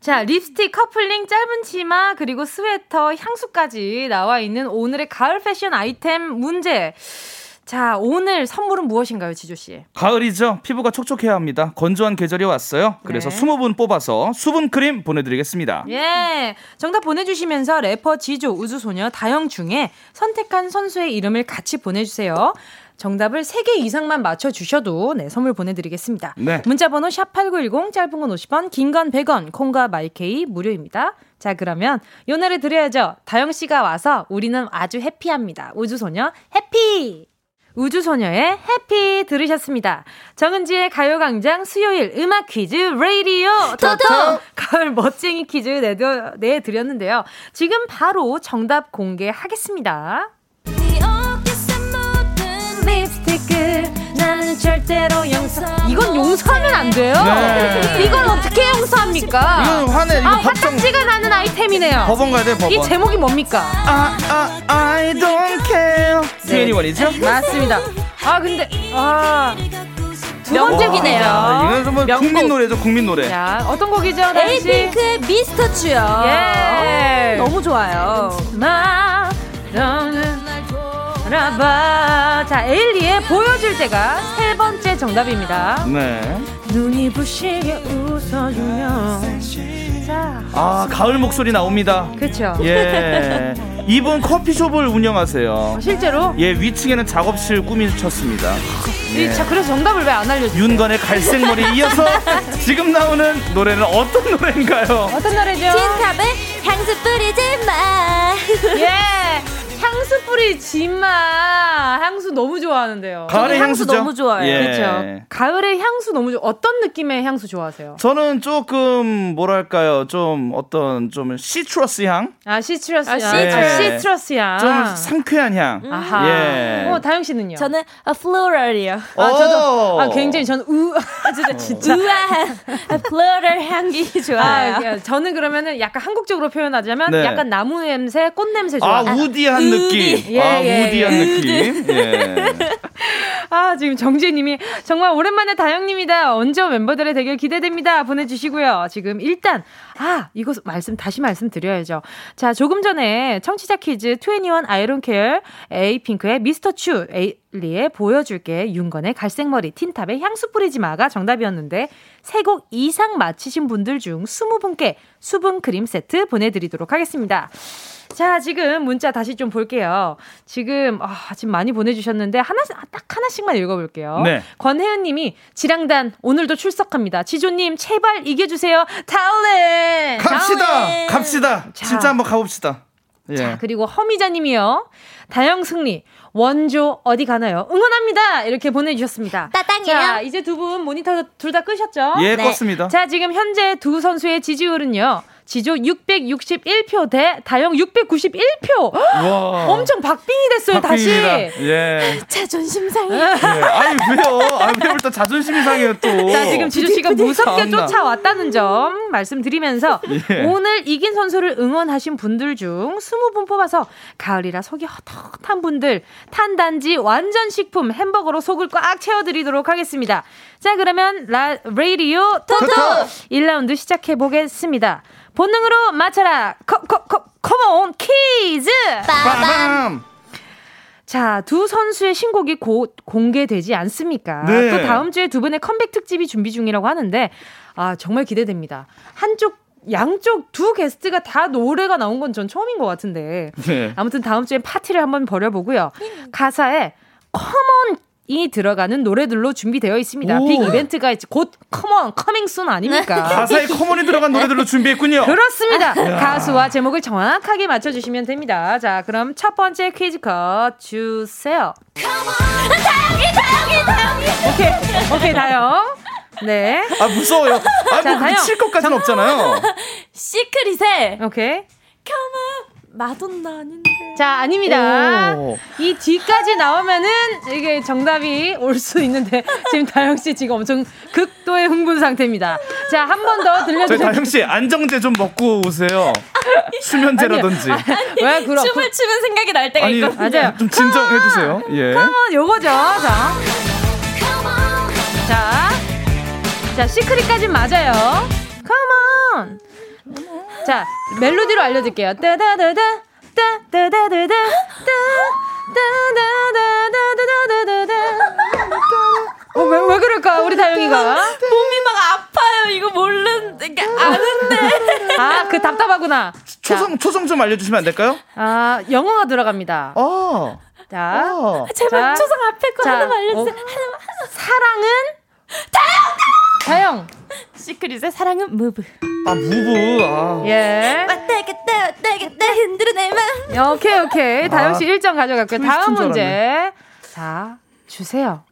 Speaker 1: 자, 립스틱, 커플링, 짧은 치마, 그리고 스웨터, 향수까지 나와 있는 오늘의 가을 패션 아이템 문제. 자, 오늘 선물은 무엇인가요, 지조씨?
Speaker 10: 가을이죠. 피부가 촉촉해야 합니다. 건조한 계절이 왔어요. 그래서
Speaker 1: 네.
Speaker 10: 20분 뽑아서 수분 크림 보내드리겠습니다.
Speaker 1: 예. 정답 보내주시면서 래퍼 지조, 우주소녀, 다영 중에 선택한 선수의 이름을 같이 보내주세요. 정답을 3개 이상만 맞춰주셔도 네, 선물 보내드리겠습니다.
Speaker 10: 네.
Speaker 1: 문자번호 샵8910, 짧은 건 50원, 긴 건 100원, 콩과 마이케이 무료입니다. 자, 그러면 요 노래 드려야죠. 다영씨가 와서 우리는 아주 해피합니다. 우주소녀, 해피! 우주소녀의 해피 들으셨습니다. 정은지의 가요광장 수요일 음악 퀴즈 레이디오 토토 가을 멋쟁이 퀴즈 내드- 내드렸는데요. 지금 바로 정답 공개하겠습니다.
Speaker 7: 네
Speaker 1: 이건 용서하면 안 돼요.
Speaker 10: 네.
Speaker 1: 이건 어떻게 용서합니까?
Speaker 10: 이건 화내, 이거
Speaker 1: 아,
Speaker 10: 법정-
Speaker 1: 화딱지가 나는 아이템이네요.
Speaker 10: 법원 가야 돼, 법원.
Speaker 1: 이 제목이 뭡니까?
Speaker 10: 아, 아, I don't care. 수현이
Speaker 1: 네.
Speaker 10: 원이죠?
Speaker 1: 맞습니다. 아 근데 아두 번째 기네요.
Speaker 10: 아, 이건 정말
Speaker 1: 명곡.
Speaker 10: 국민 노래죠, 국민 노래.
Speaker 1: 자 어떤 곡이죠, 다혜 씨?
Speaker 7: 에이핑크의 네, 그 아. 미스터 츄요.
Speaker 1: 예.
Speaker 7: 너무 좋아요.
Speaker 1: 마 너는 알아봐. 자 에일리의 보여줄 때가 세 번째 정답입니다.
Speaker 10: 네.
Speaker 1: 눈이 부시게 웃어주면 자
Speaker 10: 아, 가을 목소리 나옵니다.
Speaker 1: 그렇죠.
Speaker 10: 예. 이분 커피숍을 운영하세요.
Speaker 1: 실제로
Speaker 10: 예, 위층에는 작업실 꾸미셨습니다.
Speaker 1: 이 자, 그래서 정답을 왜 안 알려주?
Speaker 10: 윤건의 갈색 머리 이어서 지금 나오는 노래는 어떤 노래인가요?
Speaker 1: 어떤 노래죠?
Speaker 7: 틴탑에 향수 뿌리지 마.
Speaker 1: 예. 향수 향수 뿌리 진마 향수 너무 좋아하는데요.
Speaker 10: 가을의 향수죠? 예.
Speaker 1: 그렇죠. 가을의 향수 너무 좋아. 어떤 느낌의 향수 좋아하세요?
Speaker 10: 저는 조금 뭐랄까요 좀 어떤 좀 시트러스 향,
Speaker 1: 아 시트러스 향.
Speaker 10: 시트러스.
Speaker 1: 아, 시트러스 향.
Speaker 10: 좀 상쾌한 향.
Speaker 1: 아하.
Speaker 10: 예.
Speaker 1: 어 다영 씨는요?
Speaker 7: 저는 아, 플로럴이요.
Speaker 1: 아 저도
Speaker 10: 오. 어.
Speaker 1: 아 굉장히 저는 우 아, 진짜 진짜
Speaker 7: 우아한 아, 플로럴 향기
Speaker 1: 아,
Speaker 7: 좋아요.
Speaker 1: 예. 저는 그러면은 약간 한국적으로 표현하자면
Speaker 10: 네.
Speaker 1: 약간 나무 냄새, 꽃 냄새
Speaker 10: 아
Speaker 1: 좋아요.
Speaker 10: 우디한 느낌.
Speaker 1: 예,
Speaker 10: 아
Speaker 1: 예,
Speaker 10: 우디한
Speaker 1: 예.
Speaker 10: 느낌. 예.
Speaker 1: 아, 지금 정재님이 정말 오랜만에 다영님이다. 언제 멤버들의 대결 기대됩니다. 보내주시고요. 지금 일단, 아, 이거 말씀, 다시 말씀드려야죠. 자, 조금 전에 청취자 퀴즈 21 아이론케어 에이핑크의 미스터 츄, 에일리의 보여줄게, 윤건의 갈색머리, 틴탑의 향수 뿌리지마가 정답이었는데, 세 곡 이상 맞히신 분들 중 20분께 수분 크림 세트 보내드리도록 하겠습니다. 자, 지금 문자 다시 좀 볼게요. 지금, 아, 지금 많이 보내주셨는데, 하나, 딱 하나씩만 읽어볼게요.
Speaker 10: 네.
Speaker 1: 권혜은 님이, 지랑단, 오늘도 출석합니다. 지조님, 제발 이겨주세요. 다올레!
Speaker 10: 갑시다. 갑시다.
Speaker 1: 자.
Speaker 10: 진짜 한번 가봅시다. 예.
Speaker 1: 자, 그리고 허미자 님이요. 다영 승리, 원조 어디 가나요? 응원합니다! 이렇게 보내주셨습니다.
Speaker 7: 따당이요.
Speaker 1: 자, 이제 두 분 모니터 둘 다 끄셨죠?
Speaker 10: 예,
Speaker 7: 네.
Speaker 10: 껐습니다.
Speaker 1: 자, 지금 현재 두 선수의 지지율은요. 지조 661표 대 다영 691표.
Speaker 10: 와.
Speaker 1: 엄청 박빙이 됐어요,
Speaker 10: 어. 박빙입니다.
Speaker 1: 다시.
Speaker 10: 예.
Speaker 7: 자존심 상해.
Speaker 10: 예. 아니 왜요? 아 왜요? 또 자존심 이상해요 또.
Speaker 1: 자, 지금 지조 씨가 무섭게
Speaker 10: 참나.
Speaker 1: 쫓아왔다는 점 말씀드리면서
Speaker 10: 예.
Speaker 1: 오늘 이긴 선수를 응원하신 분들 중 20분 뽑아서 가을이라 속이 허덕한 분들 탄단지 완전 식품 햄버거로 속을 꽉 채워드리도록 하겠습니다. 자, 그러면 라, 레이디오 토토! 1라운드 시작해보겠습니다. 본능으로 맞춰라! 커, 커, 커, 컴온 키즈!
Speaker 10: 빠밤.
Speaker 1: 자, 두 선수의 신곡이 곧 공개되지 않습니까?
Speaker 10: 네.
Speaker 1: 또 다음 주에 두 분의 컴백 특집이 준비 중이라고 하는데 아, 정말 기대됩니다. 한쪽 양쪽 두 게스트가 다 노래가 나온 건 전 처음인 것 같은데
Speaker 10: 네.
Speaker 1: 아무튼 다음 주에 파티를 한번 벌여보고요. 가사에 커먼 이 들어가는 노래들로 준비되어 있습니다.
Speaker 10: 오.
Speaker 1: 빅 이벤트가 이제 곧 컴온 커밍 순 아닙니까?
Speaker 10: 가사에 커먼이 들어간 노래들로 준비했군요.
Speaker 1: 그렇습니다.
Speaker 10: 아.
Speaker 1: 가수와 제목을 정확하게 맞춰주시면 됩니다. 자, 그럼 첫 번째 퀴즈 컷 주세요. 오케이, 오케이, 다영. 네,
Speaker 10: 아 무서워요. 아
Speaker 1: 자,
Speaker 10: 뭐 그렇게
Speaker 1: 다영.
Speaker 10: 칠 것까지는 없잖아요.
Speaker 7: 시크릿의
Speaker 1: 오케이.
Speaker 7: 마돈나 아닌데.
Speaker 1: 자, 아닙니다.
Speaker 10: 오.
Speaker 1: 이 뒤까지 나오면은 이게 정답이 올 수 있는데 지금 다영 씨 지금 엄청 극도의 흥분 상태입니다. 자, 한 번 더
Speaker 10: 저희
Speaker 1: 들려주세요.
Speaker 10: 다영 씨 안정제 좀 먹고 오세요. 수면제라든지.
Speaker 1: 왜 그럼?
Speaker 7: 춤을 추면 생각이 날 때가
Speaker 10: 아니,
Speaker 7: 있고.
Speaker 1: 맞아요. 아,
Speaker 10: 좀 진정해 주세요. 예.
Speaker 1: 한번 요거죠. 자. 자. 자, 시크릿까지 맞아요. Come on. 자, 멜로디로 알려 드릴게요. 따다다다 따다다다다 따다다다다다다다다 어, 왜, 왜 그럴까? 우리 다영이가.
Speaker 7: 몸이 막 아파요. 이거 모르는, 그러니까 아는데.
Speaker 1: 아, 그 답답하구나. 자,
Speaker 10: 초성 초성 좀 알려주시면 안 될까요?
Speaker 1: 아, 영어가 들어갑니다.
Speaker 10: 어.
Speaker 1: 자,
Speaker 10: 어.
Speaker 1: 자.
Speaker 7: 제발 초성 앞에 거
Speaker 1: 자,
Speaker 7: 하나만 알려주세요.
Speaker 1: 어.
Speaker 7: 하나만.
Speaker 1: 사랑은 다영! 다영!
Speaker 7: 시크릿의 사랑은 무브.
Speaker 10: 아 무브. 아.
Speaker 1: 예.
Speaker 7: 왔다 갔다 왔다 갔다 흔들어 내 맘.
Speaker 1: 야, 오케이 오케이 다영 씨 1점 가져갔고요.
Speaker 10: 트위스트인
Speaker 1: 다음
Speaker 10: 아. 줄
Speaker 1: 문제 자 주세요.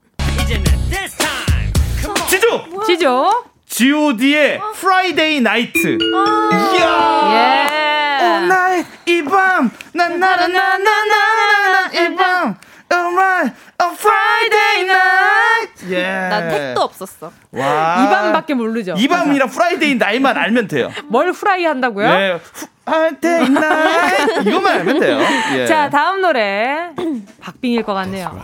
Speaker 10: 지조.
Speaker 1: 지조
Speaker 10: G.O.D의 Friday Night.
Speaker 1: 아.
Speaker 10: 이야.
Speaker 1: 예.
Speaker 10: 오늘 이밤 나나나나나나나 이밤 alright on Friday night. 예.
Speaker 7: 난 택도 없었어.
Speaker 10: 와.
Speaker 1: 이밤밖에 모르죠.
Speaker 10: 이밤이랑 프라이데이 나이만 알면 돼요.
Speaker 1: 뭘 후라이 한다고요?
Speaker 10: 네. 프라이데이 나이. 이것만 알면 돼요. 예.
Speaker 1: 자 다음 노래 박빙일 것 같네요.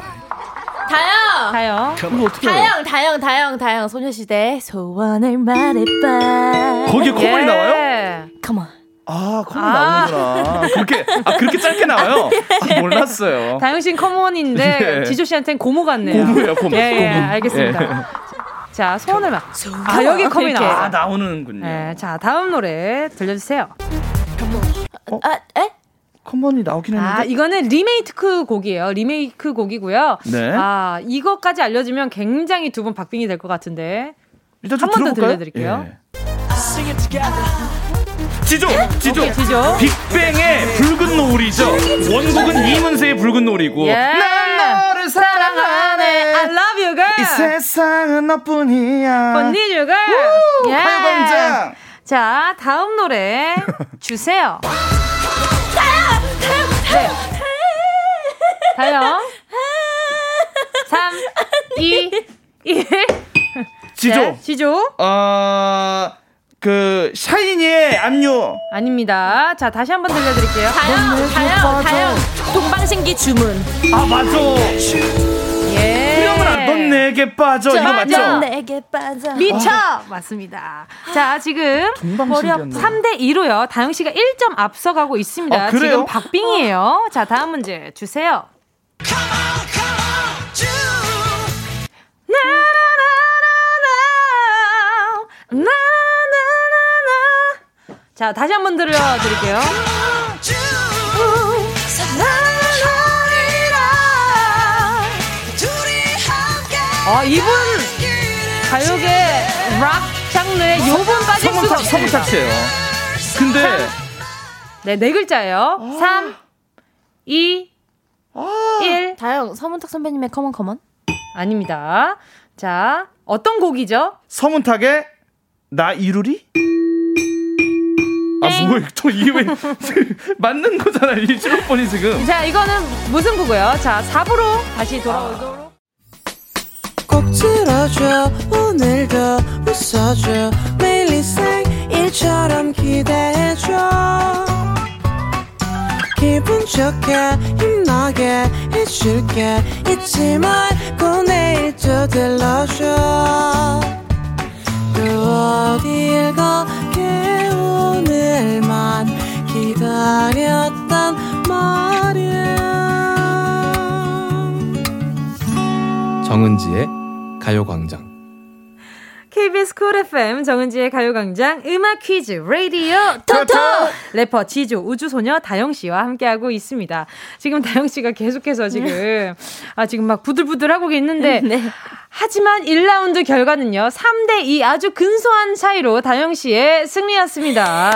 Speaker 7: 다영!
Speaker 1: 다영
Speaker 10: 이거 어떻게 알아요?
Speaker 7: 다영, 다영, 다영, 다영. 소녀시대 소원을 말해봐.
Speaker 10: 거기에 커먼이
Speaker 1: 예.
Speaker 10: 나와요?
Speaker 7: 컴온.
Speaker 10: 아, 커먼
Speaker 1: 아. 예.
Speaker 10: 나오는구나. 그렇게 아 그렇게 짧게 나와요? 아, 몰랐어요.
Speaker 1: 다영 씨는 커먼인데
Speaker 10: 예.
Speaker 1: 지조 씨한테는 고모 같네요.
Speaker 10: 고무예요, 고무.
Speaker 1: 예, 예,
Speaker 10: 고무.
Speaker 1: 알겠습니다. 자 소원을 막. 아 여기 컴이
Speaker 10: 예. 아,
Speaker 1: 나와.
Speaker 10: 나오는군요.
Speaker 1: 네, 자 다음 노래 들려주세요.
Speaker 7: 아, 에?
Speaker 10: 커먼이 나오긴 했는데.
Speaker 1: 아, 이거는 리메이크 곡이에요. 리메이크 곡이고요.
Speaker 10: 네.
Speaker 1: 아, 이것까지 알려주면 굉장히 두 분 박빙이 될 것 같은데.
Speaker 10: 일단 예.
Speaker 1: 한번더
Speaker 10: 들어볼까요?
Speaker 1: 들려드릴게요.
Speaker 10: 예. 지조! 지조!
Speaker 1: 네? 오케이, 지조.
Speaker 10: 빅뱅의 붉은 노을이죠. 원곡은 이문세의 붉은 노을이고.
Speaker 1: 예. 너를 사랑하네. I love you, girl.
Speaker 10: 이 세상은 너뿐이야.
Speaker 1: 언니 네. 주걸.
Speaker 10: 오, 가요광장.
Speaker 1: 자, 다음 노래 주세요. 네. 다요. 3, 2, 1.
Speaker 10: 지조.
Speaker 1: 네, 지조.
Speaker 10: 어, 그 샤이니의 안녕.
Speaker 1: 아닙니다. 자, 다시 한번 들려드릴게요.
Speaker 7: 다영, 다영, 다영. 동방신기 주문.
Speaker 10: 아 맞아.
Speaker 1: 예.
Speaker 10: 수영아 넌 내게 빠져. 이거
Speaker 7: 넌
Speaker 1: 네.
Speaker 10: 맞죠?
Speaker 7: 내게 빠져.
Speaker 1: 미쳐! 맞습니다. 자, 지금
Speaker 10: 아. 동방신기였네.
Speaker 1: 버력 3대 2로요. 다영 씨가 1점 앞서가고 있습니다.
Speaker 10: 아, 그래요? 어.
Speaker 1: 지금 박빙이에요. 자, 다음 문제 주세요. 나나나나나, 나나나나나. 자, 다시 한번 들려드릴게요. 아, 이분 가요계 락 장르에
Speaker 10: 어,
Speaker 1: 요분 빠질 수가
Speaker 10: 성공탑
Speaker 1: 없습니다.
Speaker 10: 성공탑이에요. 근데
Speaker 1: 네, 네 글자예요. 3, 2, 1.
Speaker 7: 다영, 서문탁 선배님의 커먼 커먼.
Speaker 1: 아닙니다. 자, 어떤 곡이죠?
Speaker 10: 서문탁의 나 이루리? 아 뭐야 저 이게 왜 맞는 거잖아 이 실로폰이 지금
Speaker 1: 자, 이거는 무슨 곡이에요? 자, 4부로 다시 돌아오도록.
Speaker 3: 꼭 들어줘 오늘도 웃어줘 매일 일상일처럼 기대해줘 기분 좋게 힘나게 해줄게 잊지 말고 내일 또 들러줘 또 어딜 가게 오늘만 기다렸단 말이야
Speaker 9: 정은지의 가요광장.
Speaker 1: KBS 쿨 FM 정은지의 가요광장 음악 퀴즈 라디오 토토 래퍼 지조 우주소녀 다영 씨와 함께하고 있습니다. 지금 다영 씨가 계속해서 지금 아 지금 막 부들부들 하고 있는데 하지만 1라운드 결과는요 3대 2 아주 근소한 차이로 다영 씨의 승리였습니다.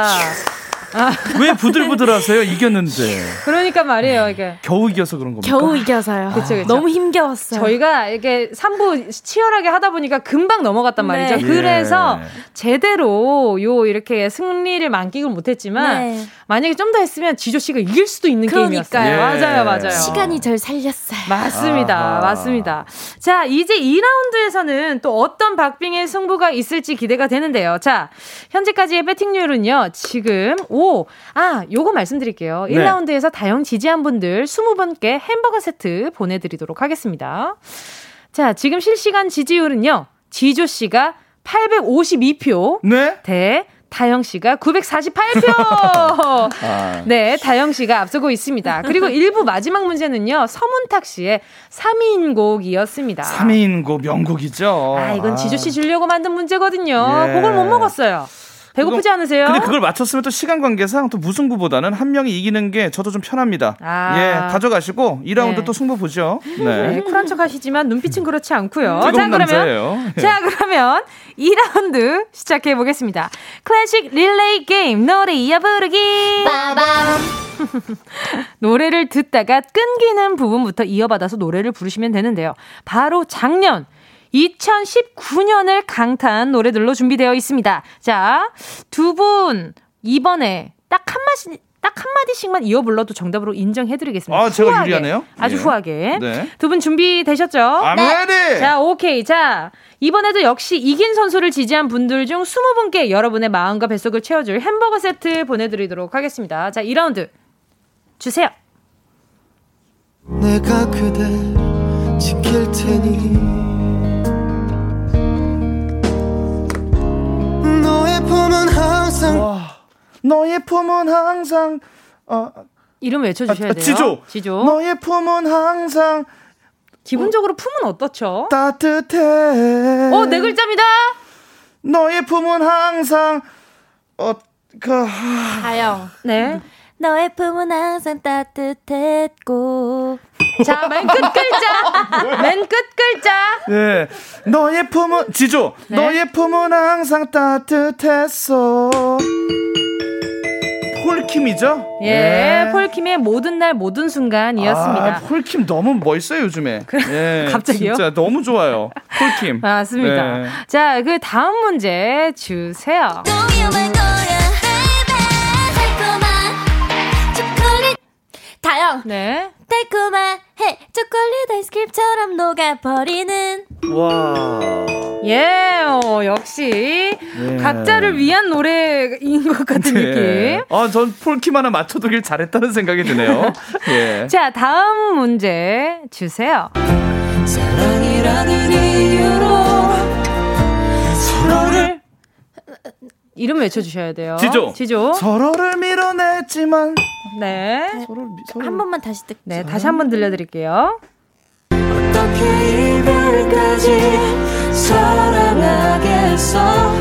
Speaker 10: 왜 부들부들하세요 이겼는데
Speaker 1: 그러니까 말이에요 이게
Speaker 10: 겨우 이겨서 그런 겁니까?
Speaker 7: 겨우 이겨서요.
Speaker 1: 그쵸, 그쵸.
Speaker 7: 아, 너무 힘겨웠어요.
Speaker 1: 저희가 이렇게 3부 치열하게 하다 보니까 금방 넘어갔단
Speaker 7: 네.
Speaker 1: 말이죠.
Speaker 10: 예.
Speaker 1: 그래서 제대로 요 이렇게 승리를 만끽은 못했지만
Speaker 7: 네.
Speaker 1: 만약에 좀 더 했으면 지조 씨가 이길 수도 있는
Speaker 7: 그러니까요.
Speaker 1: 게임이었어요.
Speaker 10: 예.
Speaker 1: 맞아요, 맞아요.
Speaker 7: 시간이 절 살렸어요.
Speaker 1: 맞습니다,
Speaker 10: 아하.
Speaker 1: 맞습니다. 자, 이제 2라운드에서는 또 어떤 박빙의 승부가 있을지 기대가 되는데요. 자, 현재까지의 배팅률은요, 지금, 오, 아, 요거 말씀드릴게요.
Speaker 10: 네.
Speaker 1: 1라운드에서 다영 지지한 분들 20분께 햄버거 세트 보내드리도록 하겠습니다. 자, 지금 실시간 지지율은요, 지조 씨가 852표
Speaker 10: 네?
Speaker 1: 대 다영 씨가 948표!
Speaker 10: 아,
Speaker 1: 네, 다영 씨가 앞서고 있습니다. 그리고 일부 마지막 문제는요, 서문탁 씨의 3인 곡이었습니다.
Speaker 10: 3인고 명곡이죠
Speaker 1: 아, 이건 지조 씨 주려고 만든 문제거든요.
Speaker 10: 예.
Speaker 1: 그걸 못 먹었어요. 배고프지
Speaker 10: 그거-
Speaker 1: 않으세요?
Speaker 10: 근데 그걸 맞췄으면 또 시간 관계상 또 무승부보다는 한 명이 이기는 게 저도 좀 편합니다
Speaker 1: 아.
Speaker 10: 예 가져가시고 2라운드
Speaker 1: 네.
Speaker 10: 또 승부 보죠
Speaker 1: 네,
Speaker 10: 네
Speaker 1: 쿨한 척 하시지만 눈빛은 그렇지 않고요.
Speaker 10: 음. 뜨거운
Speaker 1: 자, 그러면
Speaker 10: 남자예요
Speaker 1: 자, 그러면 2라운드 시작해 보겠습니다. 클래식 릴레이 게임 노래 이어 부르기. 노래를 듣다가 끊기는 부분부터 이어받아서 노래를 부르시면 되는데요. 바로 작년 2019년을 강타한 노래들로 준비되어 있습니다. 자, 두 분 이번에 딱 한 마디 딱 한마디씩만 이어 불러도 정답으로 인정해드리겠습니다.
Speaker 10: 아, 제가
Speaker 1: 후하게,
Speaker 10: 유리하네요?
Speaker 1: 아주
Speaker 10: 예.
Speaker 1: 후하게.
Speaker 10: 네.
Speaker 1: 두 분 준비되셨죠?
Speaker 10: I'm ready
Speaker 1: 어, 네. 자, 오케이. 자, 이번에도 역시 이긴 선수를 지지한 분들 중 20분께 여러분의 마음과 뱃속을 채워줄 햄버거 세트 보내드리도록 하겠습니다. 자, 2라운드 주세요.
Speaker 3: 내가 그댈 지킬 테니 너의 품은 항상
Speaker 10: 와, 너의 품은 항상 어,
Speaker 1: 이름 외쳐주셔야
Speaker 10: 아,
Speaker 1: 돼요.
Speaker 10: 지조.
Speaker 1: 지조.
Speaker 10: 너의 품은 항상
Speaker 1: 기본적으로 품은 어떻죠?
Speaker 10: 따뜻해.
Speaker 1: 오, 네 글자입니다.
Speaker 10: 너의 품은 항상 어, 그,
Speaker 7: 다영.
Speaker 1: 네.
Speaker 7: 너의 품은 항상 따뜻했고.
Speaker 1: 자, 맨 끝 글자. 맨 끝 글자.
Speaker 10: 예. 너의 품은 지조.
Speaker 1: 네.
Speaker 10: 너의 품은 항상 따뜻했어. 폴킴이죠?
Speaker 1: 예, 폴킴의 모든 날 모든 순간이었습니다.
Speaker 10: 네. 아, 폴킴 너무 멋있어요 요즘에. 예,
Speaker 1: 갑자기요?
Speaker 10: 진짜 너무 좋아요. 폴킴.
Speaker 1: 맞습니다.
Speaker 10: 네.
Speaker 1: 자, 그 다음 문제 주세요.
Speaker 7: 다영
Speaker 1: 네.
Speaker 7: 달콤한해 초콜릿 아이스크림처럼 녹아버리는
Speaker 10: 와.
Speaker 1: 예, 어, 역시
Speaker 10: 예.
Speaker 1: 각자를 위한 노래인 것 같은
Speaker 10: 예.
Speaker 1: 느낌.
Speaker 10: 아, 전 폴킴 하나 맞춰두길 잘했다는 생각이 드네요. 예.
Speaker 1: 자, 다음 문제 주세요.
Speaker 3: 사랑이라는 이유로
Speaker 10: 서로를
Speaker 1: 이름 외쳐주셔야 돼요.
Speaker 10: 지조.
Speaker 1: 지조.
Speaker 10: 서로를 밀어냈지만
Speaker 1: 네.
Speaker 10: 서로를 미- 서로를
Speaker 7: 한 번만 다시 듣
Speaker 1: 네, 다시 한번 들려드릴게요.
Speaker 3: 어떻게 이별까지 사랑하겠어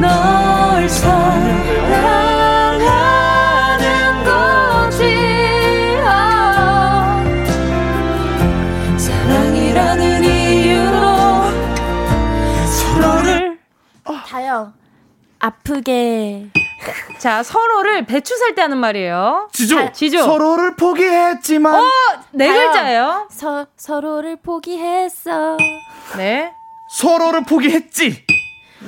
Speaker 3: 널 사랑하는 거지 아. 어. 사랑이라는 이유로
Speaker 10: 서로를
Speaker 7: 다영 아프게
Speaker 1: 자, 서로를 배추 살 때 하는 말이에요.
Speaker 10: 지조.
Speaker 1: 지조.
Speaker 10: 서로를 포기했지만
Speaker 1: 네
Speaker 7: 다요.
Speaker 1: 글자예요.
Speaker 7: 서, 서로를 포기했어
Speaker 1: 네.
Speaker 10: 서로를 포기했지.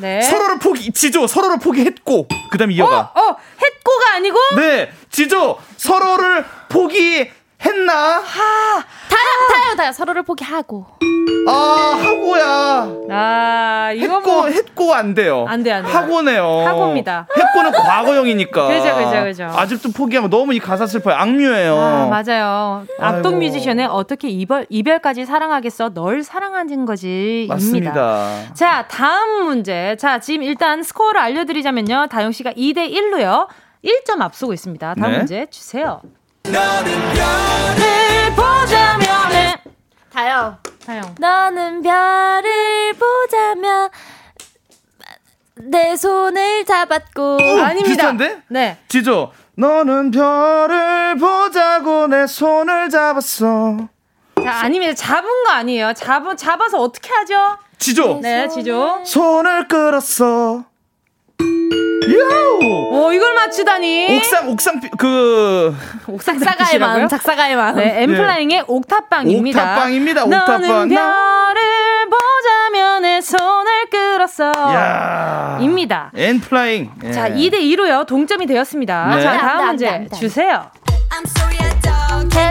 Speaker 1: 네.
Speaker 10: 서로를 포기 지조 서로를 포기했고 그다음 이어가.
Speaker 1: 어, 했고가 아니고
Speaker 10: 네. 지조 서로를 포기했나?
Speaker 7: 다영 다영 다영 서로를 포기하고
Speaker 10: 아, 하고야.
Speaker 1: 아, 이거
Speaker 10: 했고
Speaker 1: 뭐
Speaker 10: 했고 안 돼요.
Speaker 1: 안 돼, 안 돼요.
Speaker 10: 하고네요.
Speaker 1: 하고입니다.
Speaker 10: 했고는 과거형이니까.
Speaker 1: 그죠, 그죠, 그죠.
Speaker 10: 아직도 포기하면 너무 이 가사 슬퍼요. 악뮤예요.
Speaker 1: 아, 맞아요. 악동
Speaker 10: 아이고.
Speaker 1: 뮤지션의 어떻게 이별, 이별까지 사랑하겠어. 널 사랑하는 거지. 입니다.
Speaker 10: 맞습니다.
Speaker 1: 자, 다음 문제. 자, 지금 일단 스코어를 알려드리자면요. 다영 씨가 2대 1로요. 1점 앞서고 있습니다. 다음
Speaker 10: 네.
Speaker 1: 문제 주세요. 너를 보자면은
Speaker 7: 다영
Speaker 1: 다영.
Speaker 7: 너는 별을 보자면 내 손을 잡았고
Speaker 1: 음. 아닙니다.
Speaker 10: 비슷한데?
Speaker 1: 네.
Speaker 10: 지조, 너는 별을 보자고 내 손을 잡았어.
Speaker 1: 자, 아니면 잡은 거 아니에요. 잡, 잡아서 어떻게 하죠?
Speaker 10: 지조,
Speaker 1: 네, 지조.
Speaker 10: 손을 끌었어. 야우!
Speaker 1: 오, 이걸 맞추다니.
Speaker 10: 옥상, 옥상, 피- 그,
Speaker 1: 옥상
Speaker 7: 작사가의
Speaker 1: 잡히시라고요?
Speaker 7: 마음 작사가의 마음
Speaker 1: 네, 엠플라잉의 옥탑방입니다.
Speaker 10: 옥탑방입니다, 옥탑방.
Speaker 1: 너는
Speaker 10: 나-
Speaker 1: 별을 보자면 내 손을 끌었어.
Speaker 10: 야
Speaker 1: 입니다.
Speaker 10: 엔플라잉. 예.
Speaker 1: 자, 2대 2로요. 동점이 되었습니다.
Speaker 10: 네.
Speaker 1: 자,
Speaker 7: 안 돼, 안 돼,
Speaker 1: 다음
Speaker 7: 안
Speaker 1: 문제
Speaker 7: 돼, 안 돼.
Speaker 1: 주세요.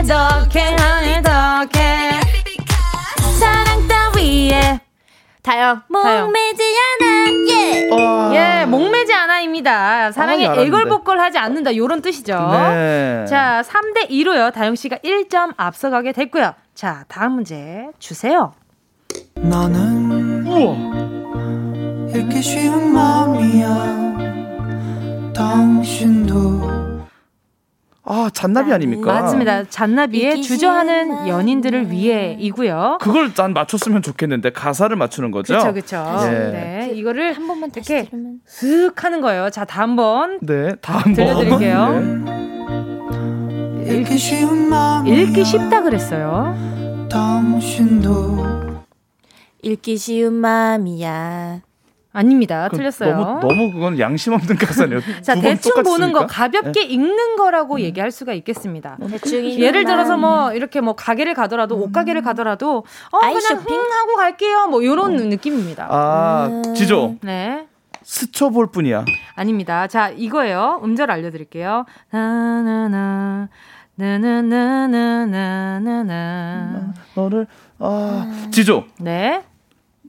Speaker 7: 어떻게 하니 어떻게 사랑 따위에 다영
Speaker 1: 아, 다영.
Speaker 7: 목매지 않아 예
Speaker 10: 와.
Speaker 1: 예, 목매지 않아입니다. 사랑에
Speaker 10: 아, 알았는데.
Speaker 1: 애걸복걸하지 않는다. 요런 뜻이죠.
Speaker 10: 네.
Speaker 1: 뭐. 자, 3대 2로요. 다영 씨가 1점 앞서가게 됐고요. 자, 다음 문제 주세요.
Speaker 3: 너는
Speaker 10: 우와.
Speaker 3: 읽기 쉬운 마음이야 당신도
Speaker 10: 아, 잔나비 아닙니까?
Speaker 1: 맞습니다. 잔나비의
Speaker 7: 이기시는
Speaker 1: 주저하는
Speaker 7: 네.
Speaker 1: 연인들을 위해이고요.
Speaker 10: 그걸 난 맞췄으면 좋겠는데 가사를 맞추는 거죠?
Speaker 1: 그렇죠, 그렇죠.
Speaker 10: 예.
Speaker 1: 네, 이거를
Speaker 7: 한 번만 다시
Speaker 1: 이렇게.
Speaker 7: 들으면
Speaker 1: 쓱 하는 거예요. 자, 다음 번
Speaker 10: 네, 다음
Speaker 1: 들려드릴게요.
Speaker 10: 네.
Speaker 3: 읽기 쉬운 마음이야
Speaker 1: 읽기 쉽다 그랬어요.
Speaker 3: 당신도
Speaker 7: 읽기 쉬운 마음이야
Speaker 1: 아닙니다.
Speaker 10: 그
Speaker 1: 틀렸어요.
Speaker 10: 너무 너무 그건 양심 없는 가사네요.
Speaker 1: 자,
Speaker 10: 두번
Speaker 1: 대충
Speaker 10: 똑같이
Speaker 1: 보는 거
Speaker 10: 쓰니까. 예. 음.
Speaker 1: 가볍게 읽는 거라고 얘기할 수가 있겠습니다.
Speaker 7: 대충 읽는
Speaker 1: 예를 들어서
Speaker 7: 마음.
Speaker 1: 뭐 이렇게 뭐 가게를 가더라도 옷 가게를 가더라도 어
Speaker 7: 음. 아이
Speaker 1: 그냥
Speaker 7: 쇼핑?
Speaker 1: 음 하고 갈게요. 뭐 요런 느낌입니다.
Speaker 10: 어. 아, 지조
Speaker 1: 네.
Speaker 10: 스쳐볼 뿐이야.
Speaker 1: 아닙니다. 자, 이거예요. 음절 알려 드릴게요. 나나나 나나나나나나
Speaker 10: 너를 아, 지조
Speaker 1: 네.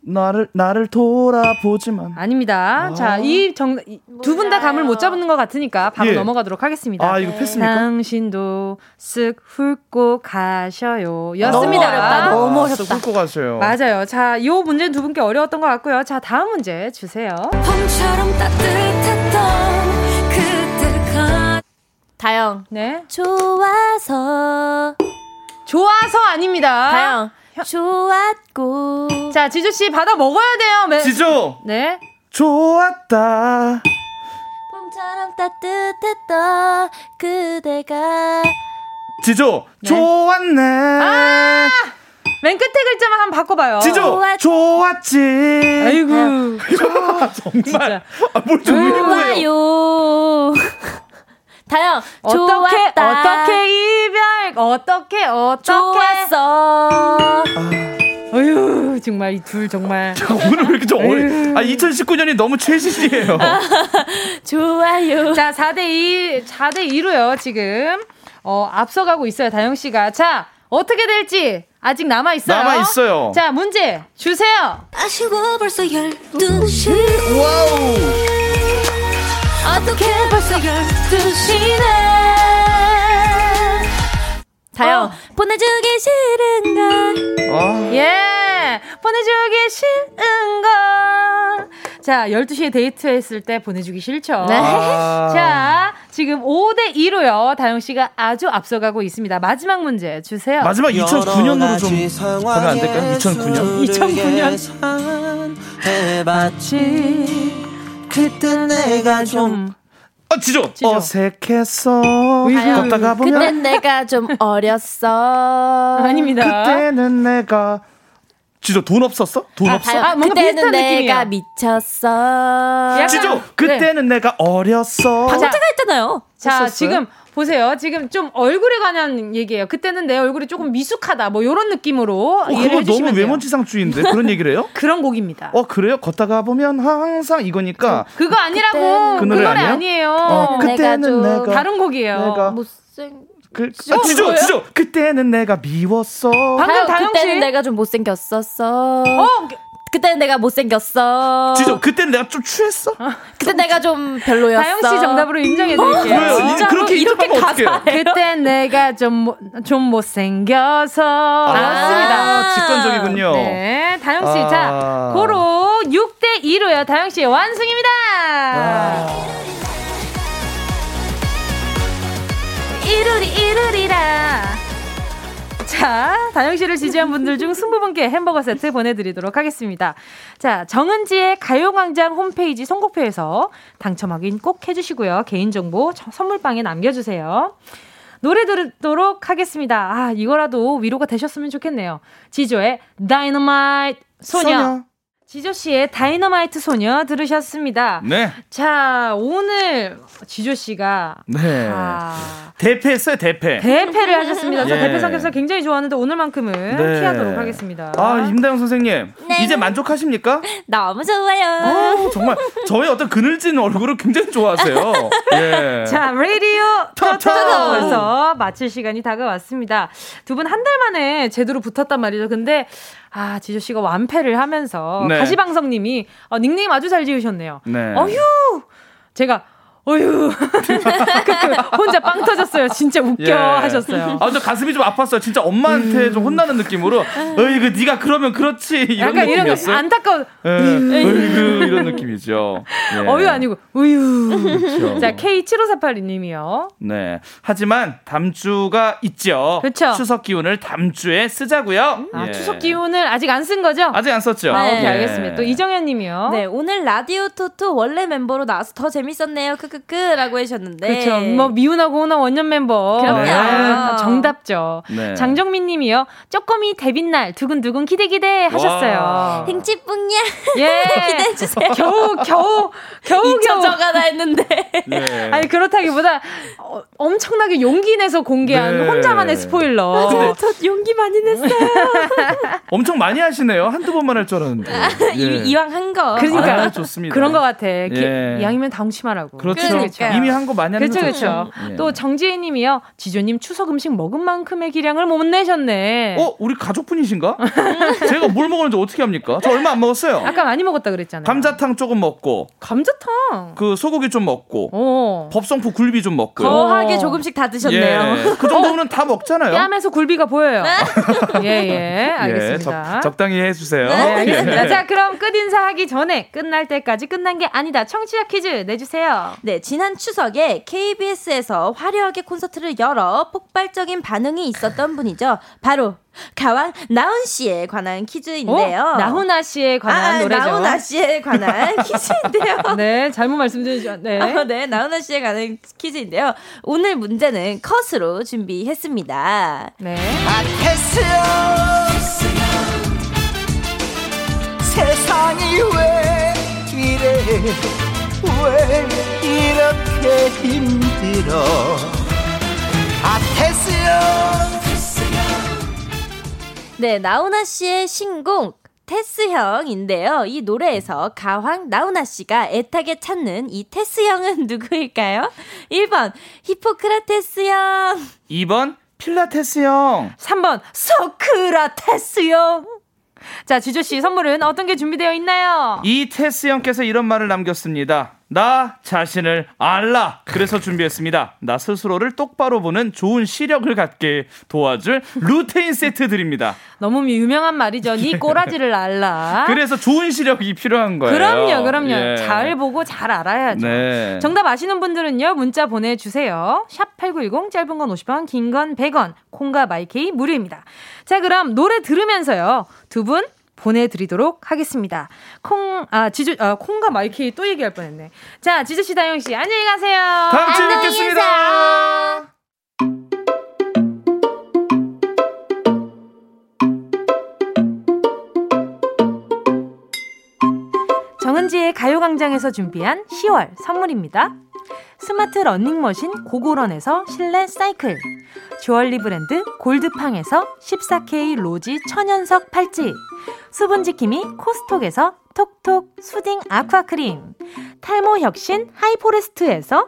Speaker 10: 나를 나를 돌아보지만
Speaker 1: 아닙니다. 자, 이 정 두 분 다 감을 못 잡는 것 같으니까 바로
Speaker 10: 예.
Speaker 1: 넘어가도록 하겠습니다.
Speaker 10: 아 이거 패스입니까?
Speaker 1: 당신도 쓱 훑고 가셔요.
Speaker 10: 아, 너무
Speaker 1: 였습니다.
Speaker 7: 어렵다, 너무
Speaker 10: 어렵다. 고 가세요.
Speaker 1: 맞아요. 자, 요 문제는 두 분께 어려웠던 것 같고요. 자, 다음 문제 주세요.
Speaker 8: 봄처럼 따뜻했던 그때가
Speaker 7: 다영
Speaker 1: 네.
Speaker 7: 좋아서
Speaker 1: 좋아서 아닙니다.
Speaker 7: 다영 좋았고
Speaker 1: 자, 지주씨 받아 먹어야 돼요. 매-
Speaker 10: 지조
Speaker 1: 네.
Speaker 10: 좋았다.
Speaker 7: 봄처럼 따뜻했던 그대가
Speaker 10: 지조 좋았네.
Speaker 1: 맨 끝에 글자만 한번 바꿔봐요.
Speaker 10: 지조
Speaker 7: 좋았-
Speaker 10: 좋았지.
Speaker 1: 아이고.
Speaker 10: 정말 아,
Speaker 1: 진짜. 음.
Speaker 10: 아뭘 정리해보세요.
Speaker 7: 좋아요 다영
Speaker 1: 어떻게
Speaker 7: 좋았다.
Speaker 1: 어떻게 이별 어떻게 어떻게
Speaker 7: 좋았어.
Speaker 1: 어휴 정말 이 둘 정말
Speaker 10: 아, 오늘 왜 이렇게 좀 어려? 아 2019년이 너무 최신이에요.
Speaker 7: 좋아요.
Speaker 1: 자 4대2 4대2로요 지금 어 앞서가고 있어요 다영씨가 자 어떻게 될지 아직 남아있어요
Speaker 10: 남아있어요.
Speaker 1: 자 문제 주세요
Speaker 11: 아쉬워 벌써 12시
Speaker 10: 와우
Speaker 11: 어떻게 벌써 12시네
Speaker 7: 다영
Speaker 11: 어.
Speaker 7: 보내주기 싫은걸.
Speaker 10: 아,
Speaker 1: 예 보내주기 싫은 걸자 12시에 데이트했을 때 보내주기 싫죠
Speaker 7: 네.
Speaker 10: 아.
Speaker 1: 자 지금 5대2로요 다영씨가 아주 앞서가고 있습니다 마지막 문제 주세요
Speaker 10: 마지막 2009년으로 좀 가면 안 될까요? 2009년.
Speaker 1: 2009년
Speaker 3: 해봤지 그때 내가 좀
Speaker 10: 아 지조.
Speaker 1: 지조.
Speaker 10: 어색했어.
Speaker 7: 다영,
Speaker 10: 걷다가 보면
Speaker 7: 그땐 내가 좀 어렸어.
Speaker 1: 아닙니다
Speaker 10: 그때는 내가 지조 돈 없었어? 돈 없어?
Speaker 1: 아, 뭔가
Speaker 7: 그때는
Speaker 1: 비슷한
Speaker 7: 내가
Speaker 1: 느낌이야.
Speaker 7: 미쳤어.
Speaker 1: 약간-
Speaker 10: 지조
Speaker 1: 네.
Speaker 10: 그때는 내가 어렸어.
Speaker 1: 자,
Speaker 7: 제가 했잖아요.
Speaker 1: 자, 지금 보세요. 지금 좀 얼굴에 관한 얘기예요. 그때는 내 얼굴이 조금 미숙하다. 뭐 이런 느낌으로
Speaker 10: 어,
Speaker 1: 이해를
Speaker 10: 그거 너무
Speaker 1: 해주시면 돼요.
Speaker 10: 외모지상주의인데 그런 얘기를 해요?
Speaker 1: 그런 곡입니다.
Speaker 10: 어 그래요? 걷다가 보면 항상 이거니까
Speaker 1: 그거 아니라고.
Speaker 7: 그때는-
Speaker 10: 그
Speaker 1: 그
Speaker 10: 노래
Speaker 1: 노래
Speaker 10: 아니에요?
Speaker 1: 아니에요.
Speaker 10: 어, 그때는
Speaker 7: 내가 좀-
Speaker 10: 내가,
Speaker 1: 다른 곡이에요. 뭐,
Speaker 10: 내가
Speaker 7: 못생.
Speaker 10: 그, 아, 지조 지조 그때는 내가 미웠어
Speaker 1: 방금
Speaker 7: 다영,
Speaker 1: 다영
Speaker 7: 그때는
Speaker 1: 씨.
Speaker 7: 내가 좀 못생겼었어.
Speaker 1: 어,
Speaker 7: 그때는 내가 못생겼어.
Speaker 10: 지조 그때는 내가 좀 취했어
Speaker 1: 아,
Speaker 7: 그때 내가 좀 별로였어.
Speaker 1: 다영 씨 정답으로 인정해 드릴게요.
Speaker 10: 왜요? 이- 그렇게 인정하면 어떡해요
Speaker 1: 그때 내가 좀 좀 못생겨서
Speaker 10: 아,
Speaker 1: 맞습니다.
Speaker 10: 직선적이군요
Speaker 1: 네, 다영 씨,
Speaker 10: 아.
Speaker 1: 자, 고로 6대 2로요. 다영 씨 완승입니다.
Speaker 10: 아.
Speaker 1: 이루리 이루리라. 자, 다영 씨를 지지한 분들 중 20분께 햄버거 세트 보내드리도록 하겠습니다. 자, 정은지의 가요광장 홈페이지 선곡표에서 당첨 확인 꼭 해주시고요. 개인정보 저- 선물방에 남겨주세요. 노래 들도록 하겠습니다. 아, 이거라도 위로가 되셨으면 좋겠네요. 지조의 다이너마이트 소녀. 지조 씨의 다이너마이트 소녀 들으셨습니다.
Speaker 10: 네
Speaker 1: 자, 오늘 지조 씨가
Speaker 10: 네.
Speaker 1: 아,
Speaker 10: 대패했어요 대패
Speaker 1: 대패를 하셨습니다. 저
Speaker 10: 예.
Speaker 1: 대패 삼겹살 굉장히 좋아하는데 오늘만큼은
Speaker 10: 네.
Speaker 1: 피하도록 하겠습니다.
Speaker 10: 아 임다영 선생님
Speaker 1: 네.
Speaker 10: 이제 만족하십니까?
Speaker 7: 너무 좋아요.
Speaker 10: 어, 정말 저의 어떤 그늘진 얼굴을 굉장히 좋아하세요 예.
Speaker 1: 자, 라디오
Speaker 10: 토토!
Speaker 1: 토토에서 마칠 시간이 다가왔습니다. 두 분 한 달 만에 제대로 붙었단 말이죠. 근데 아, 지조 씨가 완패를 하면서
Speaker 10: 네.
Speaker 1: 가시방석 님이 어, 닉네임 아주 잘 지으셨네요.
Speaker 10: 네.
Speaker 1: 어휴! 제가 어휴! 그, 혼자 빵 터졌어요. 진짜 웃겨
Speaker 10: 예.
Speaker 1: 하셨어요. 음.
Speaker 10: 아, 저 가슴이 좀 아팠어요. 진짜 엄마한테 좀 혼나는 느낌으로. 어이구, 네가 그러면 그렇지. 이런
Speaker 1: 약간 이런 거
Speaker 10: 느낌이었어요.
Speaker 1: 안타까운 음.
Speaker 10: 예. 어이구, 이런 느낌이죠. 예.
Speaker 1: 어휴 아니고 우유.
Speaker 10: 그렇죠.
Speaker 1: 자, K7548님이요.
Speaker 10: 네. 하지만 담주가 있죠.
Speaker 1: 그쵸.
Speaker 10: 추석 기운을 담주에 쓰자고요.
Speaker 1: 아,
Speaker 10: 예.
Speaker 1: 추석 기운을 아직 안 쓴 거죠?
Speaker 10: 아직 안 썼죠.
Speaker 1: 아, 오케이,
Speaker 10: 예.
Speaker 1: 알겠습니다. 또 이정현 님이요.
Speaker 7: 네, 오늘 라디오 토토 원래 멤버로 나와서 더 재밌었네요. 크크크라고 하셨는데.
Speaker 1: 그렇죠. 뭐 미운하고 호나 원년 멤버.
Speaker 7: 그럼요. 네.
Speaker 1: 아, 정답죠.
Speaker 10: 네.
Speaker 1: 장정민 님이요. 쪼꼬미 데뷔 날 두근두근 기대 기대
Speaker 10: 와.
Speaker 1: 하셨어요.
Speaker 7: 행치뿡냐
Speaker 1: 예. 어,
Speaker 7: 기대해 주세요.
Speaker 1: 겨우 겨우 겨우 겨우.
Speaker 7: 잊혀져가나 했는데.
Speaker 10: 예.
Speaker 1: 아니 그렇다기보다 어, 엄청나게 용기 내서 공개한
Speaker 10: 네.
Speaker 1: 혼자만의 스포일러.
Speaker 10: 맞아요.
Speaker 7: 저 용기 많이 냈어요.
Speaker 10: 엄청 많이 하시네요. 한두 번만 할 줄 알았는데.
Speaker 1: 아,
Speaker 10: 예.
Speaker 7: 이미
Speaker 1: 어,
Speaker 7: 이왕 한 거.
Speaker 1: 그러니까
Speaker 10: 아, 좋습니다.
Speaker 1: 그런 것 같아.
Speaker 10: 예.
Speaker 1: 양이면 당심하라고.
Speaker 10: 그렇죠.
Speaker 7: 그러니까요.
Speaker 10: 이미 한 거 많이 하는
Speaker 1: 그렇죠,
Speaker 10: 거
Speaker 1: 그렇죠.
Speaker 10: 좋죠. 예.
Speaker 1: 또 정지혜님이요, 지조님 추석 음식 먹은 만큼의 기량을 못 내셨네.
Speaker 10: 어, 우리 가족분이신가? 제가 뭘 먹었는지 어떻게 합니까? 저 얼마 안 먹었어요.
Speaker 1: 아까 많이 먹었다 그랬잖아요.
Speaker 10: 감자탕 조금 먹고
Speaker 1: 감자탕.
Speaker 10: 그 소고기 좀 먹고
Speaker 1: 어.
Speaker 10: 법성포 굴비 좀 먹고요.
Speaker 7: 거하게 조금씩 다 드셨네요.
Speaker 10: 예. 그 정도는 다 먹잖아요.
Speaker 1: 뺨에서 굴비가 보여요. 예, 예, 알겠습니다.
Speaker 10: 적, 당히 해주세요. 예.
Speaker 1: 네, 알겠습니다. 자, 그럼 끝 인사하기 전에 끝날 때까지 끝난 게 아니다. 청취자 퀴즈 내주세요.
Speaker 7: 네, 지난 추석에 KBS에서 화려하게 콘서트를 열어 폭발적인 반응이 있었던 분이죠. 바로 가왕 나훈 씨에 관한 퀴즈인데요.
Speaker 1: 어? 나훈아 씨에 관한
Speaker 7: 아, 아,
Speaker 1: 노래죠.
Speaker 7: 나훈아 씨에 관한 퀴즈인데요.
Speaker 1: 네, 잘못 말씀드리죠. 네.
Speaker 7: 아, 네, 나훈아 씨에 관한 퀴즈인데요. 오늘 문제는 컷으로 준비했습니다.
Speaker 1: 네.
Speaker 2: 세상이 왜 이래 왜
Speaker 3: 이렇게 힘들어 아테스요
Speaker 7: 네, 나훈아 씨의 신곡 테스형인데요. 이 노래에서 가황 나훈아 씨가 애타게 찾는 이 테스형은 누구일까요? 1번 히포크라테스형,
Speaker 10: 2번 필라테스형.
Speaker 1: 3번 소크라테스형. 자, 지조 씨 선물은 어떤 게 준비되어 있나요?
Speaker 10: 이테스 형께서 이런 말을 남겼습니다. 나 자신을 알라. 그래서 준비했습니다. 나 스스로를 똑바로 보는 좋은 시력을 갖게 도와줄 루테인 세트 드립니다.
Speaker 1: 너무 유명한 말이죠. 니 꼬라지를 알라.
Speaker 10: 그래서 좋은 시력이 필요한 거예요.
Speaker 1: 아. 그럼요, 그럼요.
Speaker 10: 예.
Speaker 1: 잘 보고 잘 알아야죠.
Speaker 10: 네.
Speaker 1: 정답 아시는 분들은요, 문자 보내주세요. 샵8910, 짧은 건 50원, 긴 건 100원, 콩과 마이케이 무료입니다. 자, 그럼 노래 들으면서요, 두 분 보내드리도록 하겠습니다. 콩, 아, 지주, 아, 콩과 마이케이 또 얘기할 뻔 했네. 자, 지주씨, 다영씨, 안녕히 가세요.
Speaker 10: 다음 주에 안녕히 뵙겠습니다. 계세요.
Speaker 1: 정은지의 가요광장에서 준비한 10월 선물입니다. 스마트 러닝머신 고고런에서 실내 사이클 주얼리 브랜드 골드팡에서 14K 로지 천연석 팔찌 수분지킴이 코스톡에서 톡톡 수딩 아쿠아크림 탈모 혁신 하이포레스트에서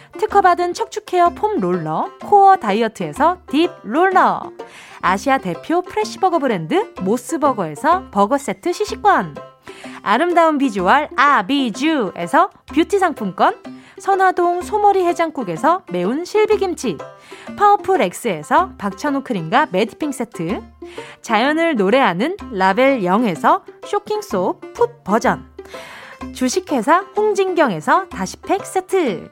Speaker 1: 특허받은 척추 케어 폼 롤러 코어 다이어트에서 딥 롤러 아시아 대표 프레시버거 브랜드 모스버거에서 버거 세트 시식권 아름다운 비주얼 아비주에서 뷰티 상품권 선화동 소머리 해장국에서 매운 실비김치 파워풀 X에서 박찬호 크림과 매디핑 세트 자연을 노래하는 라벨 0에서 쇼킹소 풋 버전 주식회사 홍진경에서 다시팩 세트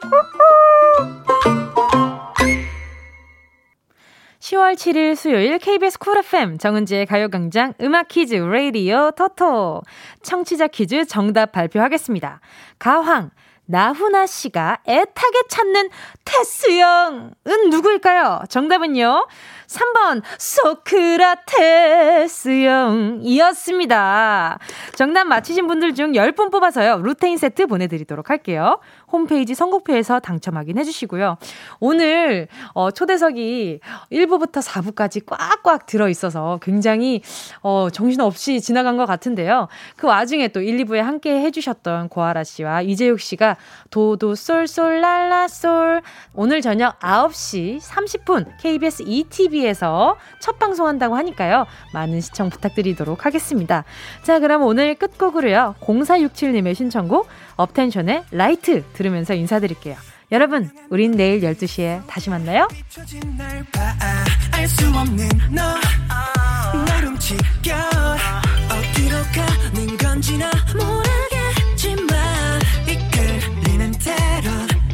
Speaker 1: 꼭꼭꼭 10월 7일 수요일 KBS 쿨 FM 정은지의 가요광장 음악 퀴즈 레이디오 토토 청취자 퀴즈 정답 발표하겠습니다. 가황 나훈아 씨가 애타게 찾는 테스형은 누구일까요? 정답은요. 3번 소크라테스형이었습니다. 정답 맞히신 분들 중 10분 뽑아서요. 루테인 세트 보내드리도록 할게요. 홈페이지 선곡표에서 당첨 확인해 주시고요. 오늘 어, 초대석이 1부부터 4부까지 꽉꽉 들어있어서 굉장히 어, 정신없이 지나간 것 같은데요. 그 와중에 또 1, 2부에 함께 해주셨던 고아라 씨와 이재욱 씨가 도도 쏠쏠 랄라 쏠 오늘 저녁 9시 30분 KBS ETV에서 첫 방송한다고 하니까요. 많은 시청 부탁드리도록 하겠습니다. 자, 그럼 오늘 끝곡으로요. 0467님의 신청곡 업텐션의 라이트 들으면서 인사드릴게요. 여러분, 우린 내일 12시에 다시 만나요.
Speaker 11: 알 수 없는 너 나를 움직여 어디로 가는 건지 나 모르겠지만 이끌리는 대로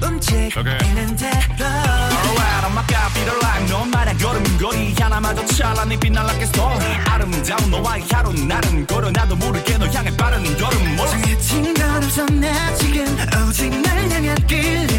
Speaker 11: 움직이는 대로
Speaker 2: Alright, I'm a copy the line. 너만의 걸음 거리 하나마저 찬란히 빛날라게 story. 아름다운 너와의 하루 나는 걸어 나도 모르게 너 향해 빠른 걸음.
Speaker 11: 정해진 건 없어 나 지금 오직 날 향한 길 네,